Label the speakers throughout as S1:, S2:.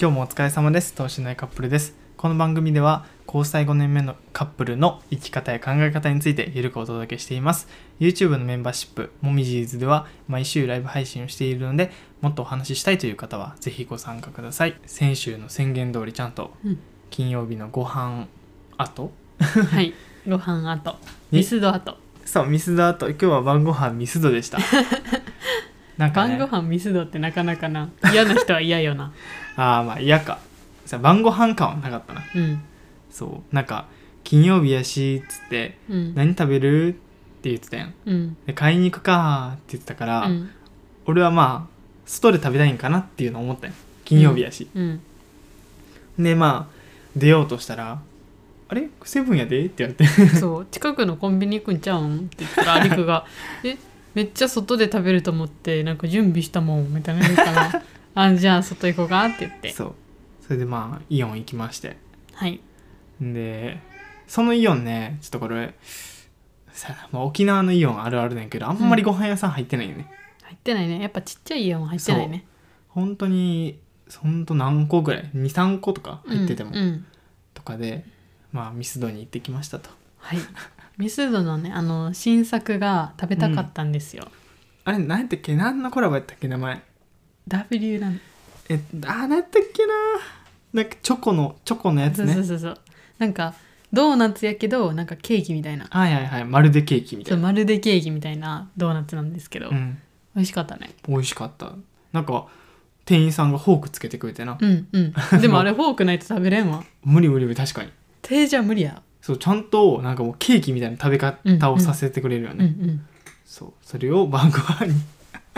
S1: 今日もお疲れ様です等身大カップルですこの番組では交際5年目のカップルの生き方や考え方についてゆるくお届けしています YouTube のメンバーシップもみじーずでは毎週ライブ配信をしているのでもっとお話ししたいという方はぜひご参加ください先週の宣言通りちゃんと
S2: うん
S1: 金曜日のご飯後
S2: はい。ご飯あと。
S1: に
S2: ミスドあと。
S1: そうミスド後今日は晩ご飯ミスドでした なんか、ね、
S2: 晩ご飯ミスドってなかなかな。嫌な人は嫌よな。
S1: ああまあ嫌かさ晩ご飯感はなかったな
S2: うん。
S1: そうなんか金曜日やしっつって
S2: うん。
S1: 何食べるって言ってたやん
S2: うん。
S1: で買いに行くかーって言ってたか
S2: う
S1: ら、
S2: ん。
S1: 俺はまあ外で食べたいんかなっていうのを思ったんよ金曜日やし、
S2: うん。
S1: でまあ出ようとしたら「あれセブンやで?」って言われて
S2: そう。近くのコンビニ行くんちゃうんって言ったら、アリ クが、え、めっちゃ外で食べると思って、なんか準備したもん、みたいな言う から、あ、じゃあ外行こうかって言って。
S1: そうそれでまあイオン行きまして
S2: はい。
S1: でそのイオンねちょっとこれさ、まあ、沖縄のイオンあるあるねんけどあんまりご飯屋さん入ってないよね、
S2: 入ってないね。やっぱちっちゃいイオン入ってないね。
S1: 本当にほんと何個ぐらい23個とか入ってても、
S2: うんうん。
S1: とかでまあミスドに行ってきましたと
S2: はい。ミスドのね、あの、新作が食べたかったんですよ。
S1: あれ何やったっけ何のコラボやったっけ名前
S2: W ラン
S1: えあー何やったっけななんかチョコのチョコのやつ
S2: そうそう
S1: ね
S2: そうそうなんかドーナツやけどなんかケーキみたいな
S1: はいはいはいまるでケーキみ
S2: ちょ
S1: た
S2: っと
S1: いな
S2: まるでケーキみたいなドーナツなんですけど、
S1: うん
S2: 美味しかっ たね
S1: 美味しかったなんか店員さんがフォークつけてくれてな、
S2: うんうんでもあれフォークないと食べれんわ
S1: 無理無理無理確かに
S2: 手じゃ無理や
S1: そうちゃんとなんかもうケーキみたいな食べ方をさせてくれるよね、
S2: うんうん
S1: そうそれを晩ご飯に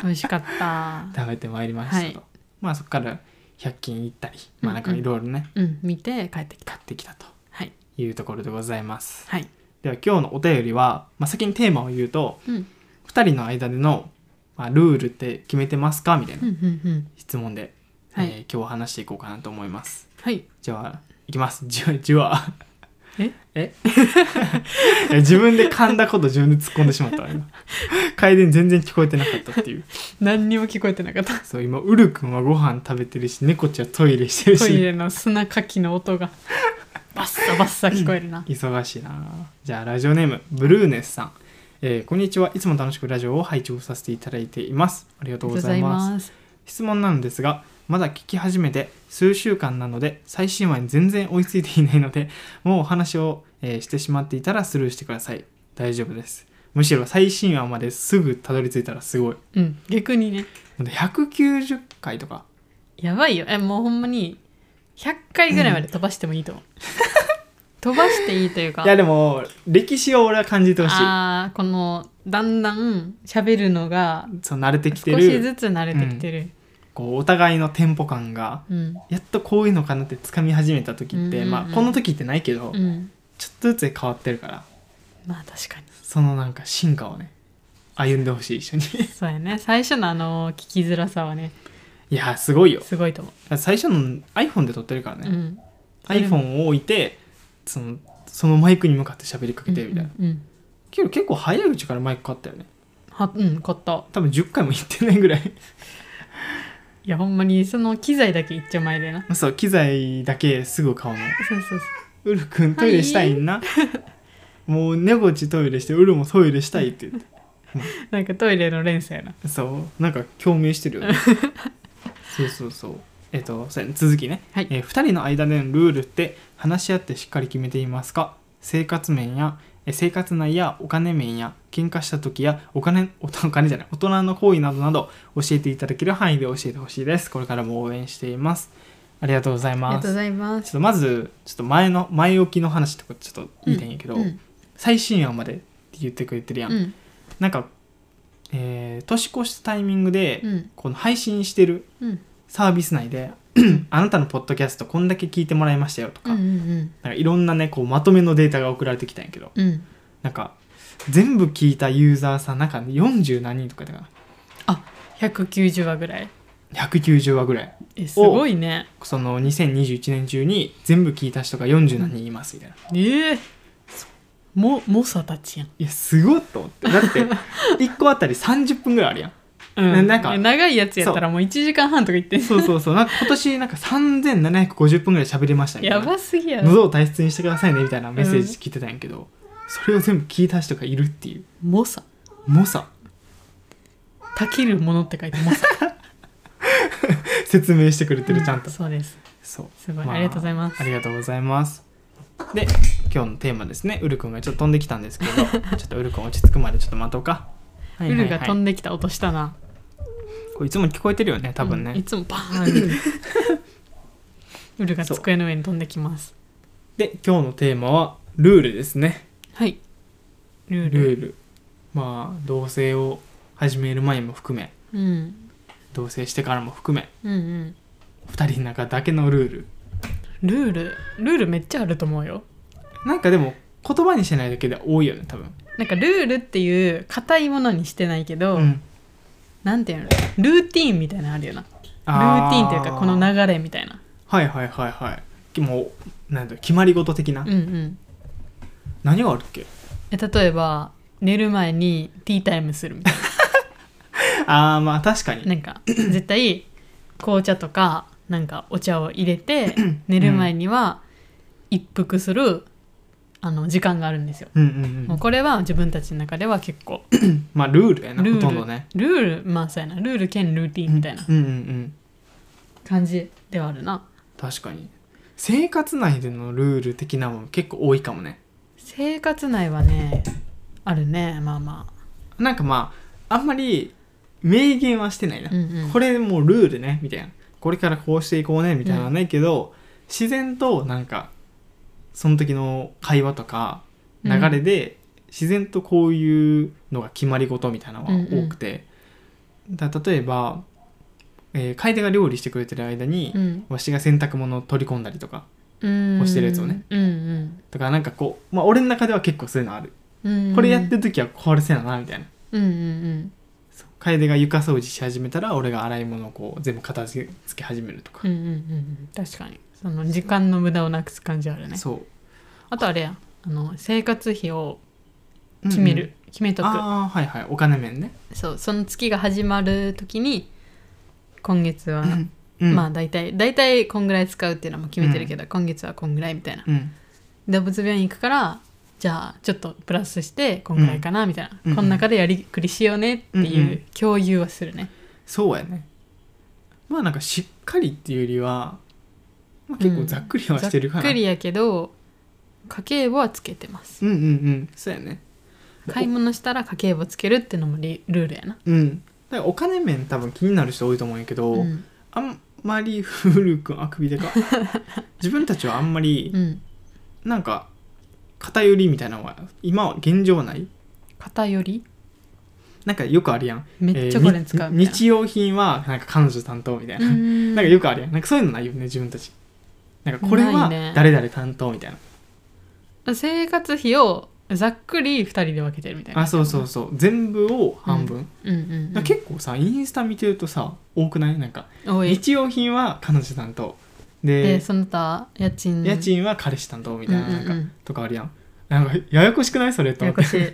S2: 美味しかった
S1: 食べてまいりましたと、
S2: は
S1: まあそっから100均行ったりまあなんか
S2: うんうん
S1: いろいろね、
S2: うん見て帰ってきた
S1: 買ってきたと
S2: はい
S1: いうところでございます
S2: はい
S1: では今日のお便りは、まあ、先にテーマを言うと
S2: うんうん
S1: 2人の間での、まあ、ルールって決めてますかみたいな
S2: うんうん
S1: 質問で、
S2: はい
S1: えー今日は話していこうかなと思います
S2: はい
S1: じゃあいきますじわじわ
S2: え
S1: え いや自分で噛んだこと自分で突っ込んでしまったわ今回電全然聞こえてなかったっていう
S2: 何にも聞こえてなかった
S1: そう今ウル君はご飯食べてるし猫ちゃんトイレしてる
S2: トイ
S1: し
S2: レの砂かきの 音がバッサバッサ聞こえるな
S1: 忙しいなじゃあラジオネームブルーネスさん、えーこんにちはいつも楽しくラジオを拝聴させていただいていますありがとうございます
S2: す
S1: 質問なのですがまだ聞き始めて数週間なので最新話に全然追いついていないので もうお話を、えーしてしまっていたらスルーしてください大丈夫ですむしろ最新話まですぐたどり着いたらすごい
S2: うん逆にね
S1: で190回とか
S2: やばいよえもうほんまに100回ぐらいまで飛ばしてもいいと思う飛ばしていいというか
S1: いやでも歴史を俺は感じてほしい
S2: あーこのだんだん喋るのが
S1: そう慣れてきて
S2: 少し
S1: る
S2: ずつ慣れてきてる、
S1: こうお互いのテンポ感が
S2: うん
S1: やっとこういうのかなって掴み始めた時って、
S2: うんうんうん
S1: まあこの時ってないけど、
S2: うん
S1: ちょっとずつ変わってるから
S2: まあ確かに
S1: そのなんか進化をね歩んでほしい一緒に
S2: そうやね最初のあの聞きづらさはね
S1: いやすごいよ
S2: すごいと思
S1: 最初の iPhone で撮ってるから
S2: う、
S1: ね、
S2: うん、
S1: iPhone を置いてそのそのマイクに向かって喋りかけてみたいな、
S2: うんうん
S1: けど結構早いうちからマイク買ったよね
S2: はうん買った
S1: 多分10回も行ってないぐらい
S2: いやほんまにその機材だけ一丁前でな
S1: そう機材だけすぐ買うの
S2: そうそうそう
S1: ウルくんトイレしたいんな、もう猫ちトイレしてウルもトイレしたいって言っ
S2: なんかトイレの連鎖やな
S1: てそうなんか共鳴してる よねそうそうそうえっとそうや続きね、
S2: はい
S1: えー、2人の間でのルールって話し合ってしっかり決めていますか生活面やえー生活内やお金面や喧嘩した時やお金 おお金じゃない大人の行為などなど教えていただける範囲で教えてほしいですこれからも応援していますありがとうござい
S2: ありが
S1: ま
S2: と
S1: す
S2: うござい
S1: ちょ
S2: ま
S1: っ
S2: す
S1: とまずちょっと前の前置きの話とかちょっと言いたいんやけど、
S2: うん
S1: 最新話までって言ってくれてるやん、
S2: うん
S1: なんか、えー年越したタイミングで、
S2: うん
S1: この配信してる
S2: うん
S1: サービス内であなたのポッドキャストこんだけ聞いてもらいましたよと
S2: う
S1: か,、
S2: んうん
S1: なんかいろんなねこうまとめのデータが送られてきたんやけど
S2: うんうん
S1: なんか全部聞いたユーザーさんなんか40何人とかだか
S2: 190話ぐらい
S1: ら190話ぐらい
S2: えすごいね
S1: その2021年中に全部聞いた人が40何人いますみたいな。
S2: ええも猛者たちやん
S1: いやすごっと思ってだって1個あたり30分ぐらいあるやん
S2: う
S1: なんか
S2: 長いやつやったらもう1時間半とか言ってん
S1: そうそうそうなんか今年なんか3750分ぐらい喋りましたみたい
S2: や
S1: な
S2: ばすぎやろ
S1: 喉を大切にしてくださいねみたいなメッセージ聞いてたんやけど、それを全部聞いた人がいるっていう
S2: 猛者
S1: 猛者
S2: たけるものって書いて猛者
S1: 説明してくれて るちゃんと、
S2: そうです
S1: そう
S2: すごい、
S1: まあ
S2: ありがとうございます
S1: ありがとうございますで今日のテーマですねウル君がちょっと飛んできたんです けどちょっとウル君落ち着くまでちょっと待とうかはい
S2: ウ
S1: はい
S2: ル
S1: はい
S2: が飛んできた音したな
S1: これいつも聞こえてるよね多分ね、
S2: うんいつもバーンってウルが机の上に飛んできます
S1: で今日のテーマはルールですね
S2: はいルール
S1: ルールまあ同棲を始める前も含め
S2: うん、
S1: 同棲してからも含め
S2: うんうん
S1: 2人の中だけのルール
S2: ルールルールめっちゃあると思うよ
S1: なんかでも言葉にしてないだけで多いよね多分、
S2: なんかルールっていう硬いものにしてないけど、
S1: ん、
S2: なんていうのルーティーンみたいなのあるよなルーティーンっていうかこの
S1: な
S2: 流れみたいな
S1: はいはいはいはいもうなんだろう決まり事的な、
S2: うんうん
S1: 何があるっけ
S2: え例えば寝る前にティータイムするみたい
S1: ああまあ確かに
S2: ななんか絶対紅茶とかなんかお茶を入れて寝る前には一服するあの時間があるんですよ
S1: うんうんう
S2: もうんこれは自分たちの中では結構
S1: まあルールやな
S2: ルー
S1: ほ
S2: ル
S1: とんどね
S2: ルールまあそうやなルール兼ルーティーンみたいな
S1: うんうんうん
S2: 感じではあるな
S1: 確かに生活内でのルール的なもの結構多いかもね
S2: 生活内はねあるねまあま
S1: なんかまああんまり明言はしてないな
S2: あ、、うんうん、
S1: これもうルールねみたいなこれからこうしていこうねみたいなのはないけど、自然となんかその時の会話とか流れで自然とこういうのが決まり事みたいなのは多くて、だ例えば、えー楓が料理してくれてる間に、
S2: うん
S1: わしが洗濯物を取り込んだりとか
S2: うん
S1: 押してるやつをね
S2: うんうん
S1: とかなんかこう、まあ、俺の中では結構そういうのある、
S2: うん
S1: これやってる時はこれせななみたいな
S2: うんうん
S1: そう楓が床掃除し始めたら俺が洗い物をこう全部片付け始めるとか
S2: うんうんうんうん確かにその時間の無駄をなくす感じあるね
S1: そう
S2: あとあれやあの生活費を決める、
S1: うんうん
S2: 決めとく
S1: ああはいはいお金面ね、
S2: そうその月が始まる時に今月は、
S1: うん、
S2: まあ大体大体こんぐらい使うっていうのも決めてるけど、今月はこんぐらいみたいな
S1: うん
S2: 動物病院行くからじゃあちょっとプラスしてこんぐらいかなみたいな、
S1: うん
S2: この中でやりくりしようねって
S1: うんう
S2: い
S1: ん
S2: う共有はするね、
S1: そうやねまあなんかしっかりっていうよりは、まあ、結構ざっくりは
S2: ざ
S1: し
S2: って
S1: るかな、
S2: くりやけど家計簿はつけてます
S1: うんうんうんそうやね
S2: 買い物したら家計簿つけるってのもリルールやな、
S1: うんだからお金面多分気になる人多いと思うんやけど、
S2: うん
S1: あんまりフル君あくびで か自分たちはあんまり
S2: うん、
S1: なんか偏りみたいなのは今は現状はない
S2: 偏り
S1: なんかよくあるやん
S2: めっちゃこれ使う
S1: えー
S2: み
S1: に
S2: たいな、
S1: 日用品はなんか彼女担当みたいな、
S2: うん
S1: なんかよくあるやん。なんかそういうのないよね、自分たち。なんかこれは
S2: ないね
S1: 誰々担当みたいな。
S2: 生活費をざっくり2人で分けてるみたいな
S1: あ、そうそうそう。全部を半分。
S2: うんうんうん、
S1: だから結構さ、インスタ見てるとさ、多くないなんか、
S2: 多い
S1: 日用品は彼女担当。
S2: で
S1: で、
S2: その他家賃
S1: 家賃は彼氏担当みたいな、
S2: うんうん
S1: な
S2: うんん
S1: か、とかあるやん。なんか、ややこしくないそれと
S2: や
S1: 思
S2: や
S1: って
S2: こ。し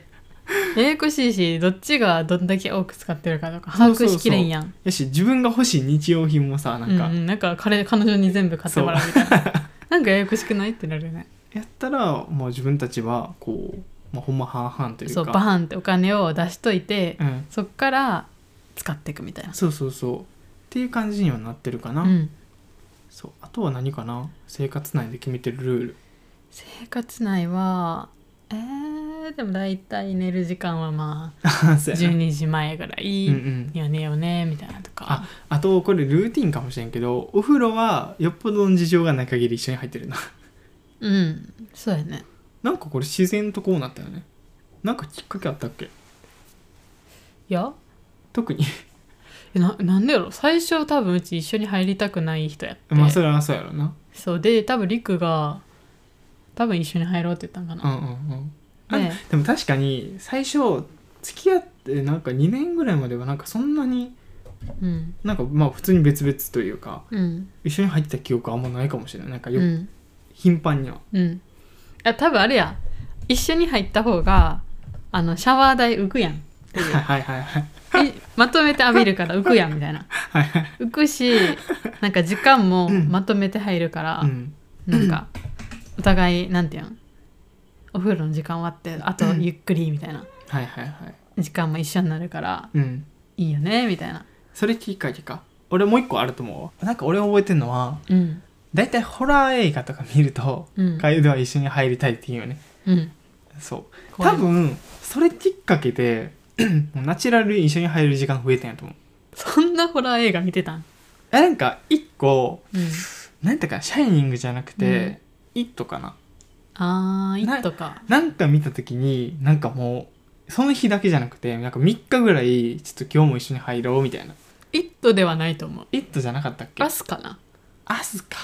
S2: いややこしいしどっちがどんだけ多く使ってるかとか把握しきれんやん
S1: やし、自分が欲しい日用品もさ、なんか、
S2: うんうん、なんか彼彼女に全部買ってもらうみたいななんかややこしくないってなるよね
S1: やったら、もう自分たちは、こう、まあ、ほんま半々というか。
S2: そうバーンってお金を出しといて、
S1: うん。
S2: そっから使っていくみたいな
S1: そうそうそう。っていう感じにはなってるかな。
S2: うん
S1: そうあとは何かな生活内で決めてるルー ル
S2: 生活内はえー、でも大体寝る時間はまあ12時前ぐらい
S1: うんうん
S2: には寝ようねみたいなとか、
S1: あとこれルーティンかもしれんけどお風呂はよっぽどの事情がない限り一緒に入ってるな
S2: うんそうやね
S1: なんかこれ自然とこうなったよねなんかきっかけあったっけ
S2: いや
S1: 特に
S2: えななんでやろ最初多分うち一緒に入りたくない人やって、
S1: まあそれはそうやろな
S2: そうで多分りくが多分一緒に入ろうって言ったんか
S1: うんう
S2: な、
S1: んうんあ
S2: ね
S1: でも確かに最初付き合ってなんか2年ぐらいまではなんかそんなに
S2: うん
S1: なんかまあ普通に別々というか
S2: うん
S1: 一緒に入ってた記憶はあんまないかもしれないなんか
S2: う
S1: よ、
S2: ん
S1: 頻繁には
S2: うんあ多分あれや 一緒に入った方があのシャワー代浮くやん
S1: はいはいはいはい
S2: えまとめて浴びるから浮くやんみたいな
S1: はいはい
S2: 浮くしなんか時間もまとめて入るから、
S1: うん
S2: なんかお互いなんていうんお風呂の時間終わってあとゆっくりみたいな
S1: はいはいはい
S2: 時間も一緒になるから
S1: うん
S2: いいよねみたいな
S1: それきっかけか俺もう一個あると思うなんか俺覚えてるのは
S2: うん
S1: 大体ホラー映画とか見ると
S2: うん
S1: 楓は一緒に入りたいって言うよね
S2: うん
S1: そう
S2: こういう
S1: 多分それきっかけで もうナチュラルに一緒に入る時間増えたんやと思う
S2: そんなホラー映画見てたん
S1: えなんか一個
S2: うん
S1: なんていうかシャイニングじゃなくて、イットかな
S2: あー「
S1: ない
S2: っとか
S1: なんか見た時になんかもうその日だけじゃなくてなんか3日ぐらいちょっと今日も一緒に入ろうみたいな
S2: 「いっと」ではないと思う
S1: イットじゃなかったっ
S2: 「
S1: け
S2: アス」かな
S1: アスか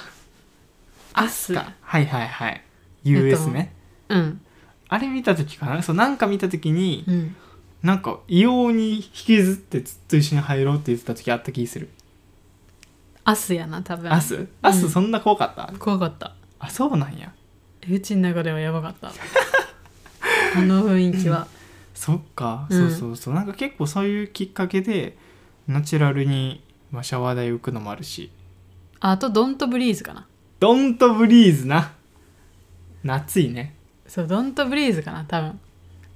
S2: 「アス
S1: かはいはいはい」US ね
S2: うん
S1: あれ見た時かなそうなんか見た時に
S2: うん
S1: なんか異様に引きずってずっと一緒に入ろうって言ってた時あった気する
S2: 「アス」やな多分
S1: アスアスそんな怖かった、
S2: 怖かった
S1: あそうなんや
S2: うちの中ではやばかった あの雰囲気は
S1: そっか、
S2: うん
S1: そうそうそうなんか結構そういうきっかけでナチュラルに、まあ、シャワー台浮くのもあるし
S2: あと「ドントブリーズ」かな
S1: ドントブリーズな夏いね
S2: そう、ドントブリーズかな、多分。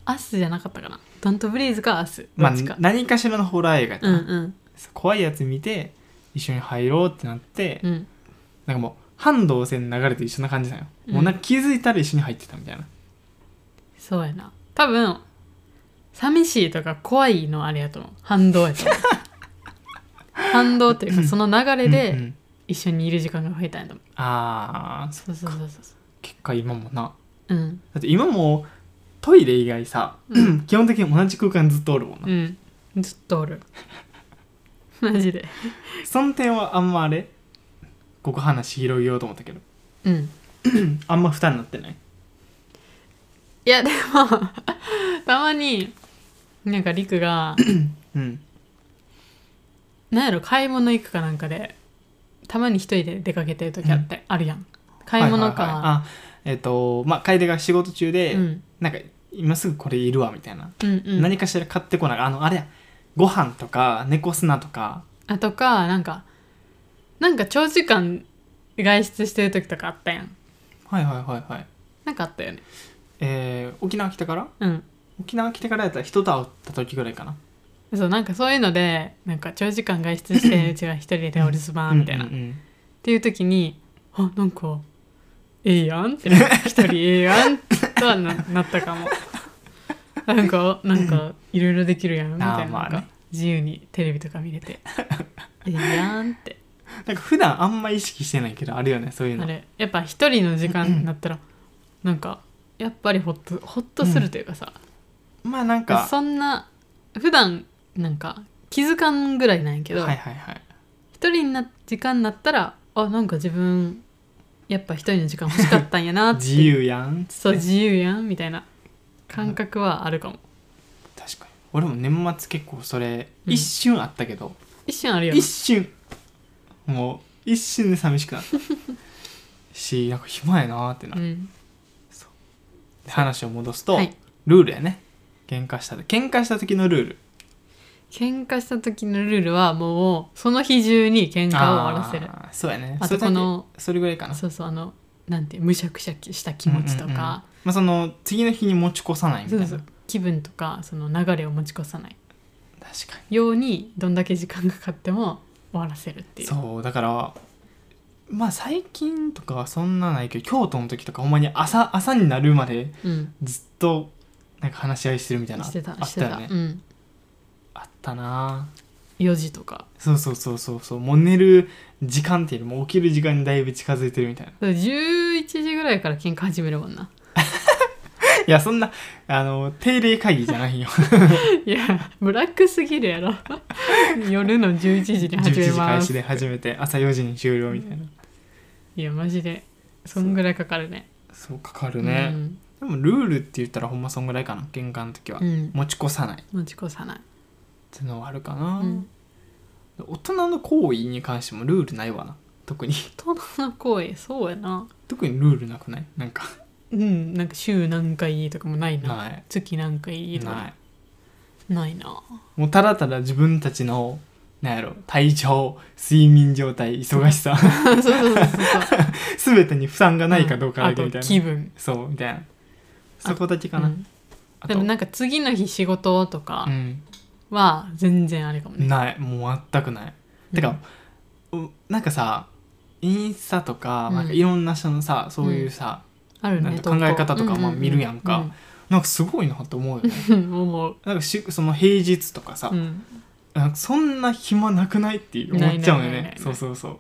S2: アスじゃなかったかな。ドントブリーズかアス。ど
S1: まあ
S2: っちか。
S1: 何かしらのホラー映画、
S2: うんうん
S1: 怖いやつ見て一緒に入ろうってなって、
S2: うん。
S1: なんかもう半動線流れて一緒な感じだよ、
S2: うん
S1: もうなんか気づいたら一緒に入ってたみたいな
S2: そうやな。多分、寂しいとか怖いのあれやと思う。反動や と思う。反動というか、その流れ
S1: うんう
S2: で
S1: ん
S2: 一緒にいる時間が増えたんやと思う。
S1: あーそ
S2: そうそうそうそう
S1: 結果今もな。
S2: うん。
S1: だって今もトイレ以外さ、 基本的に同じ空間ずっとおるもんな、
S2: うん。ずっとおる。 マジで。
S1: その点はあんまあれここ話広げようと思ったけど
S2: うん。
S1: あんま負担になってない
S2: いや、でも、 たまに、なんか、りくが、
S1: うん
S2: なんやろ買い物行くかなんかでたまに一人で出かけてる時あって、あるやん買い物か、
S1: はははあえっ、とまあ楓が仕事中で、
S2: うん、
S1: なんか今すぐこれいるわみたいな、
S2: うんうん
S1: 何かしら買ってこないあのあれやご飯とか猫砂とか
S2: あとかなんかなんか長時間外出してる時とかあったやん
S1: はいはいはいはい
S2: なんかあったよね
S1: えー、沖縄来てから
S2: うん
S1: 沖縄来てからやったら人と会った時ぐらいかな
S2: そうなんかそういうのでなんか長時間外出してるうちが一人でお留守番みたいな、
S1: うん
S2: っ
S1: うんうん
S2: ていう時にあなんかええやんってなって一人ええやんとはななったかも なんかなんかいろいろできるやんみたいな
S1: あーまあね
S2: なんか自由にテレビとか見 れてええやんって
S1: なんか普段あんま意識してないけどあるよねそういうの
S2: あれやっぱ一人の時間になったらなんかやっぱりほっとほっとするというかさ、
S1: まあなんか
S2: そんな普段なんか気づかんぐらいなんやけど、
S1: はいはいはい
S2: 一人にな時間になったらあなんか自分やっぱ一人の時間欲しかったんやなってい う
S1: 自由やん
S2: そう自由やんみたいな感覚はあるかも
S1: 確かに俺も年末結構それ
S2: うん
S1: 一瞬あったけど、
S2: 一瞬あるよな
S1: 一瞬もう一瞬で寂しくなった しなんか暇やなーってな、
S2: うん
S1: で話を戻すと、
S2: はい
S1: ルールやね喧嘩した喧嘩した時のルール
S2: 喧嘩した時のルールはもうその日中に喧嘩を終わらせる
S1: あーそうやね
S2: あと
S1: それだけ
S2: この
S1: それぐらいかな
S2: そうそうあのなんてむしゃくしゃした気持ちと
S1: うんうんうん
S2: か、
S1: まあその次の日に持ち越さないみたいな
S2: そうそう気分とかその流れを持ち越さない
S1: 確か
S2: ようにどんだけ時間がかかっても終わらせるって
S1: に
S2: いう
S1: そうだからまあ最近とかはそんなないけど京都の時とかほんまに朝朝になるまで
S2: うん、
S1: ずっとなんか話し合いしてるみたいな
S2: してた
S1: あっ
S2: して
S1: たよ
S2: た、
S1: ね
S2: うん、
S1: あったなぁ
S2: 4時とか
S1: そうそうそうそうそうもう寝る時間っていうよりも起きる時間にだいぶ近づいてるみたいな
S2: 11時ぐらいから喧嘩始めるもんな
S1: いやそんなあの定例会議じゃないよ
S2: いやブラックすぎるや ろ夜の11時に 始
S1: 11
S2: め
S1: 時
S2: ま
S1: 開
S2: す
S1: 始で始めて朝4時に終了みたいな、
S2: いやマジでそんぐらいかかるね
S1: そうかかるね、でもルールって言ったらほんまそんぐらいかな玄関の時は、
S2: うん、うん
S1: 持ち越さないっ
S2: 持ち越さない、
S1: てのはあるかな、
S2: うん、
S1: 大人の行為に関してもルールないわな特に
S2: 大人の行為そうやな
S1: 特にルールなくないなんか
S2: うんなんか週何回とかもないな
S1: ない
S2: 月何回とか
S1: ない
S2: ないな
S1: もうただただ自分たちのなんやろ体調睡眠状態忙しさ
S2: そうそうそうそう
S1: 全てに負担がないかどうかだけみたい
S2: あと
S1: な、
S2: 気分
S1: そうみたいなそこだけかな
S2: うん
S1: あ
S2: で
S1: と
S2: もなんか次の日仕事と
S1: う
S2: か
S1: ん
S2: は全然あれかもね、
S1: ないもう全くないてか、うなんかさインスタとか
S2: うん
S1: なんかいろんな人のさ、そういうさ、
S2: ある
S1: なん
S2: ね
S1: か考え方とか
S2: 投稿
S1: まあ見るやんかなんかすごいなと思うよね
S2: うんうんうん思う、
S1: なんかしその平日とかさ、
S2: うん
S1: なんかそんな暇なくないって思っちゃうよ
S2: ないな
S1: ね
S2: いないない
S1: そうそうそう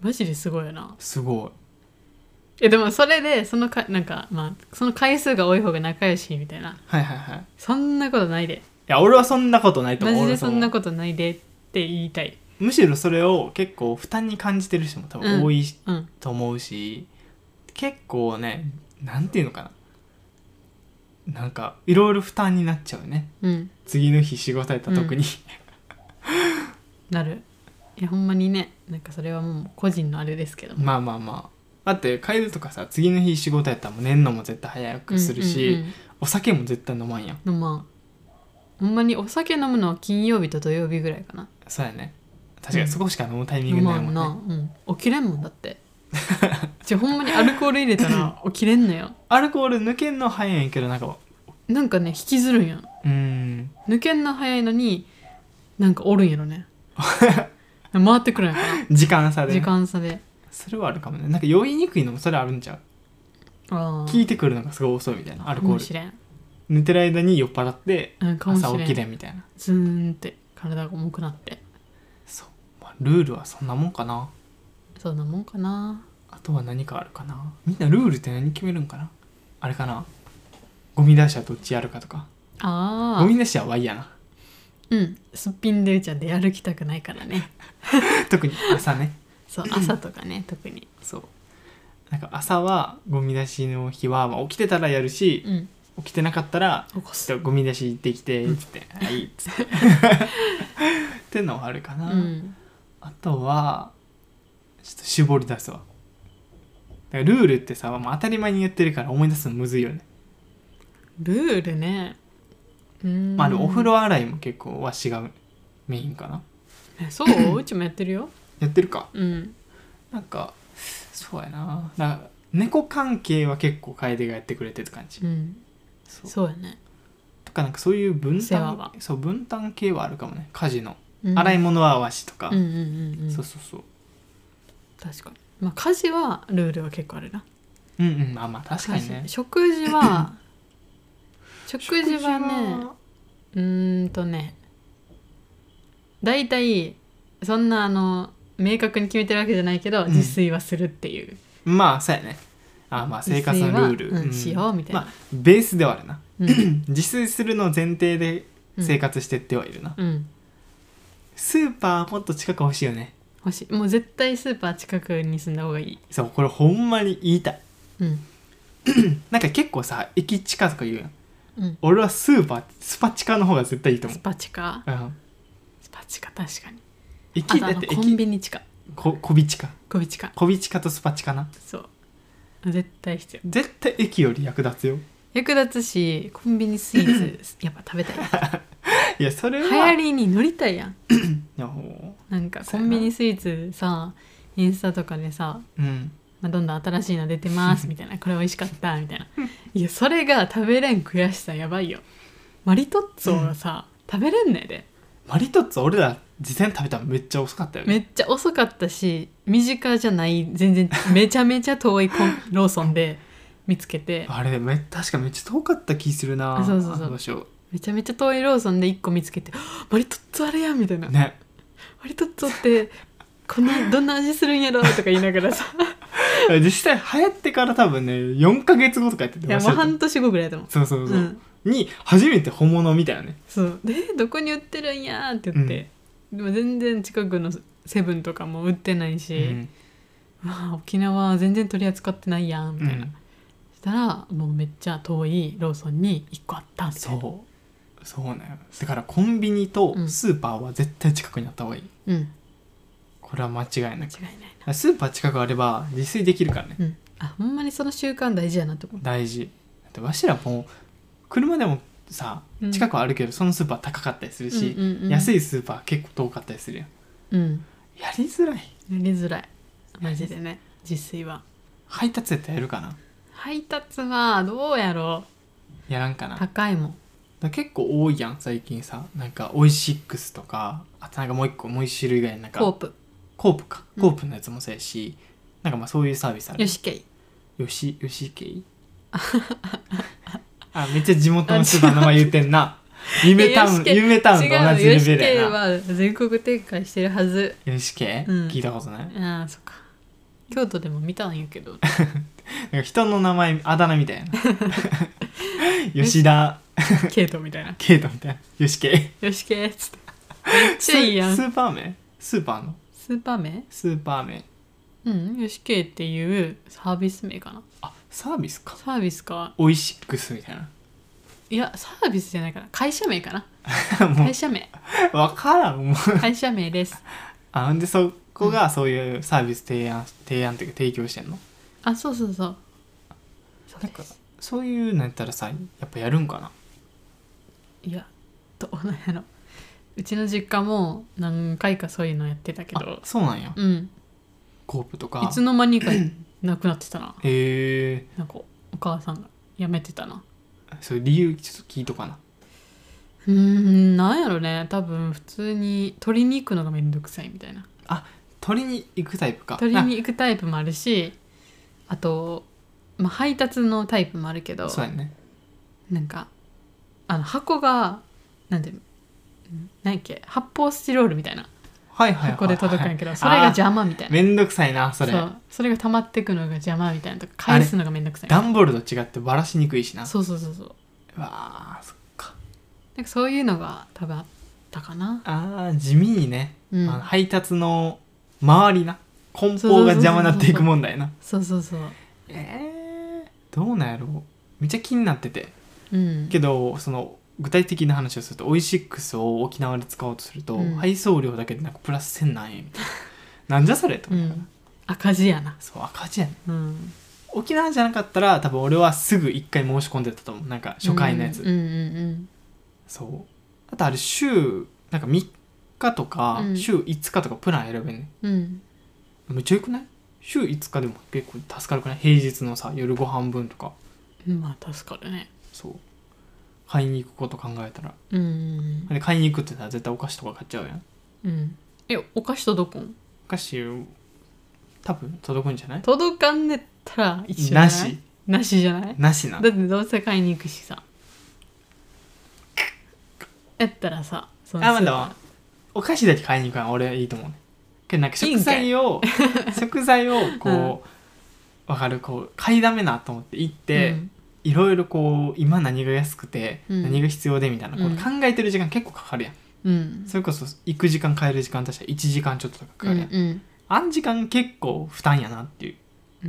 S2: マジですごいよな
S1: すごい
S2: えでもそれでそのかなんかまあその回数が多い方が仲良しみたいな
S1: はいはいはいい
S2: そんなことないで
S1: や俺はそんなことないと
S2: マ
S1: 思う
S2: ジ
S1: 俺
S2: で
S1: は
S2: そんなことないでって言いたい
S1: むしろそれを結構負担に感じてる人も多分多いし
S2: うん
S1: と思うし、結構ねなんていうのかななんかいろいろ負担になっちゃうね
S2: うん
S1: 次の日仕事やったら特に、
S2: なるいやほんまにねなんかそれはもう個人のあれですけども
S1: まあまあまあだって楓とかさ次の日仕事やったらもう寝んのも絶対早くするし、
S2: うんうんうん
S1: お酒も絶対飲まんやん
S2: でもまあほんまにお酒飲むのは金曜日と土曜日ぐらいかな
S1: そうやね確かにそこしか飲むタイミング
S2: 飲
S1: な
S2: ま
S1: いも
S2: ん
S1: んね、
S2: な、うん、起きれんもんだって じゃあほんまにアルコール入れたら起きれんのよ
S1: アルコール抜けんの早いんやけどなんか
S2: なんかね引きずるんやん
S1: うーん
S2: 抜けんの早いのになんかおるんや ろね回ってくるんやか
S1: 時間差
S2: な
S1: で
S2: 時
S1: ね
S2: 間差で
S1: それはあるかもねなんか酔いにくいのもそれあるんちゃう
S2: あ
S1: 効
S2: ー
S1: いてくるのがすごい遅いみたいなアル
S2: か
S1: コ
S2: も
S1: ー
S2: し
S1: ル
S2: れん、
S1: 寝てる間に酔っ払って
S2: うん、かもし
S1: 朝起
S2: れ
S1: き
S2: ん
S1: れんみたいな
S2: ズーンって体が重くなって
S1: そう、まあ、ルールはそんなもんかな
S2: そんなもんかな
S1: あとは何かあるかなみんなルールって何決めるんかなあれかなゴミ出しはどっちやるかとかゴ
S2: あー
S1: ミ出しはワイやな
S2: うんすっぴんでうちは出歩きたくないからね
S1: 特に朝ね
S2: そう朝とかね特に
S1: そうなんか朝はゴミ出しの日は、まあ、起きてたらやるし
S2: うん
S1: 起きてなかったら
S2: 起こす
S1: ちょっとゴミ出し行ってきてっつって「はい」っつ ってってのはあるか
S2: う
S1: な、
S2: ん
S1: あとはちょっと絞り出すわだからルールってさ、まあ、当たり前に言ってるから思い出すのむずいよね、
S2: ルールねうーん
S1: まあでもお風呂洗いも結構わしがメインかな
S2: えそううちもやってるよ
S1: やってるか
S2: うん
S1: なんかそうやなだから猫関係は結構楓がやってくれてる感じ、
S2: うん
S1: そう
S2: そうやね、
S1: とかなんかそういう分
S2: 世話
S1: 担
S2: は
S1: そう分担系はあるかもね家事の、
S2: うん、
S1: 洗い物はわしとか、
S2: うんうんうんうん
S1: そうそうそう
S2: 確かにまあ家事はルールは結構あるな
S1: うんうんまあまあ確かにね
S2: 家事食事 は食事
S1: 食
S2: は
S1: 事
S2: ね
S1: は
S2: うーんとね大体そんなあの明確に決めてるわけじゃないけど、
S1: うん
S2: 自炊はするっていう
S1: まあそうやねあまあ生活のルール、
S2: 自炊はうん、しようみたい
S1: ま
S2: な、
S1: あベースではあるな
S2: うん
S1: 自炊するのを前提で生活してってはいるな、
S2: うん
S1: スーパーもっと近く欲しいよね
S2: 欲しいもう絶対スーパー近くに住んだ方がいい
S1: そうこれほんまに言いたい
S2: うん
S1: なんか結構さ駅近とか言うやん
S2: うん
S1: 俺はスーパースパチカの方が絶対いいと思
S2: ス
S1: う、
S2: パチカ
S1: うん、
S2: スパチカ確かにあ
S1: 駅
S2: と
S1: だ
S2: あ
S1: っ
S2: の
S1: て
S2: コン
S1: 駅
S2: ビニ近
S1: こ小ビチカ
S2: コビチカ
S1: 小ビチカとスパチカな
S2: そう絶対必要
S1: 絶対駅より役立つよ
S2: 役立つしコンビニスイーツやっぱ食べたい
S1: いやそれ
S2: 流
S1: は
S2: 行りに乗りたいやん
S1: いやも
S2: なんかコンビニスイーツさインスタとかでさ、
S1: ううん
S2: まあ、どんどん新しいの出てますみたいなこれ美味しかったみたいないやそれが食べれん悔しさやばいよマリトッツォがさ、食べれんねんで
S1: マリトッツォ俺ら事前食べたのめっちゃ遅かったよね
S2: めっちゃ遅かったし身近じゃない全然めちゃめちゃ遠いコンローソンで見つけて
S1: あれめ確かめっちゃ遠かった気するな
S2: そうそうそう
S1: あの場所
S2: めちゃめちゃ遠いローソンで1個見つけてあマリトッツォあれやんみたいな
S1: ね
S2: マリトッツォってこんなどんな味するんやろとか言いなが らさ
S1: 実際流行ってから多分ね4ヶ月後とかやってて
S2: いやもう半年後ぐらいだもん
S1: そうそうそう、
S2: うん
S1: に初めて本物見たよね
S2: そうでどこに売ってるんやーって言って、でも全然近くのセブンとかも売ってないし、
S1: うん
S2: まあ沖縄は全然取り扱ってないやん
S1: う
S2: みたいな、
S1: ん
S2: したらもうめっちゃ遠いローソンに1個あったみたいな
S1: そうそうなのだからコンビニとスーパーは絶対近くにあった方がいい、
S2: うん間違
S1: これは間違いなく
S2: いないな
S1: スーパー近くあれば自炊できるからね
S2: うんあほんまにその習慣大事やなと思う
S1: 大事だってわしらもう車でもさ
S2: うん
S1: 近くはあるけどそのスーパー高かったりするし、安
S2: い
S1: いスーパー結構遠かったりするやん
S2: うん
S1: やりづらい
S2: やりづらいマジでね実炊は
S1: 配達やったらやるかな
S2: 配達はどうやろ
S1: やらんか
S2: う
S1: なだか
S2: 高いもん
S1: ら結構多いやん最近さなんかオイシックスとかあとなんかもう一個もう一種類以外なんか
S2: コープ
S1: コープか
S2: うん
S1: コープのやつもそうやし、なんかまあそういうサービスある
S2: よしけい
S1: よしよしけ いあめっちゃ地元のスーパーの名前言ってん な夢タウン
S2: いやよしけい
S1: 夢タウンと同じ
S2: 違う
S1: レ
S2: よし
S1: ベル
S2: けい
S1: やな
S2: は全国展開してるはず
S1: よしけい、
S2: うん
S1: 聞いたことない
S2: ああそっか京都でも見たんやけど
S1: なんか人の名前あだ名みたいな 吉田
S2: けどみたいな
S1: 圭太みたいなよしけい
S2: よしけっつってめっちゃいいやん
S1: ス
S2: ス
S1: スーパー名スーパーの
S2: ーパー名
S1: スーパー名
S2: うんよしけいっていうサービス名かな
S1: あサービスか
S2: サービスか
S1: オイシックスみたいない
S2: やサービスじゃないかな会社名かな
S1: も
S2: 会社名
S1: うわからんもう
S2: 会社名です
S1: あほんでそこがそういうサービス提案提案というか提供してんの
S2: あそうそうそうそう
S1: なん
S2: で
S1: か
S2: す
S1: そういうのやったらさやっぱやるんかない
S2: やどうなんやろうちの実家も何回かそういうのやってたけ
S1: あ
S2: ど
S1: そうなんや
S2: うん
S1: コープと
S2: い
S1: か
S2: つの間にかなくなってた な
S1: へえ
S2: なんかお母さんが辞めてたな
S1: そういう理由ちょっと聞いとかな
S2: うーんなんやろね多分普通に取りに行くのがめんどくさいみたいな
S1: 取りに行くタイプか
S2: 取りに行くタイプもあるしあと、まあ、配達のタイプもあるけど
S1: なそうやね
S2: なんかあの箱がなんていうん何やっけ発泡スチロールみたいな
S1: はいはいはい、はい、
S2: 箱で届くんやけどそれが邪魔みたいな
S1: めんどくさいなそれ
S2: そうそれが溜まってくのが邪魔みたいなとか返すのがめんどくさい
S1: ダンボールと違ってバラしにくいしな
S2: そうそうそうそう
S1: うわーそっか
S2: なんかそういうのが多分あったかな
S1: あー地味にね、
S2: うん
S1: あの配達の周りな梱包が邪魔になっていく問題な
S2: そうそうそう
S1: えー、どうなんやろうめっちゃ気になってて
S2: うん
S1: けどその具体的な話をするとオイシックスを沖縄で使おうとすると、
S2: うん
S1: 配送料だけでなんかプラス1000何円みたいななんじゃそれと
S2: う
S1: 思ったら
S2: ん赤字やな
S1: そう赤字やね
S2: うん
S1: 沖縄じゃなかったら多分俺はすぐ一回申し込んでたと思うなんか初回のやつ、
S2: うんうん
S1: そうあとあれ週なんか3日とか、
S2: うん
S1: 週5日とかプラン選べんね
S2: うんうん
S1: めっちゃよくない週5日でも結構助かるくない平日のさ夜ご飯分とか
S2: うんまあ助かるね
S1: そう買いに行くこと考えたら
S2: うん
S1: で買いに行くってさ絶対お菓子とか買っちゃうやん
S2: うんえお菓子届くん
S1: お菓子多分届くんじゃない
S2: 届かんねったら一緒じゃ
S1: な
S2: ない
S1: し
S2: なしじゃない
S1: なしな
S2: だってどうせ買いに行くしさやったらさそ
S1: あま
S2: スー
S1: だお菓子だけ買いに行くのは俺いいと思うねけどなんか
S2: いい
S1: 食
S2: んかい
S1: 材 を食材をこう、わかるこう買いだめなと思って行っ
S2: パー
S1: て、
S2: うん
S1: いろいろこう今何が安くて
S2: うん
S1: 何が必要でみたいな、
S2: う
S1: こ
S2: ん
S1: れ考えてる時間結構かかるやん、
S2: うん
S1: それこそ行く時間帰る時間確か1時間ちょっととかかかるやん、
S2: うん
S1: あん時間結構負担やなっていう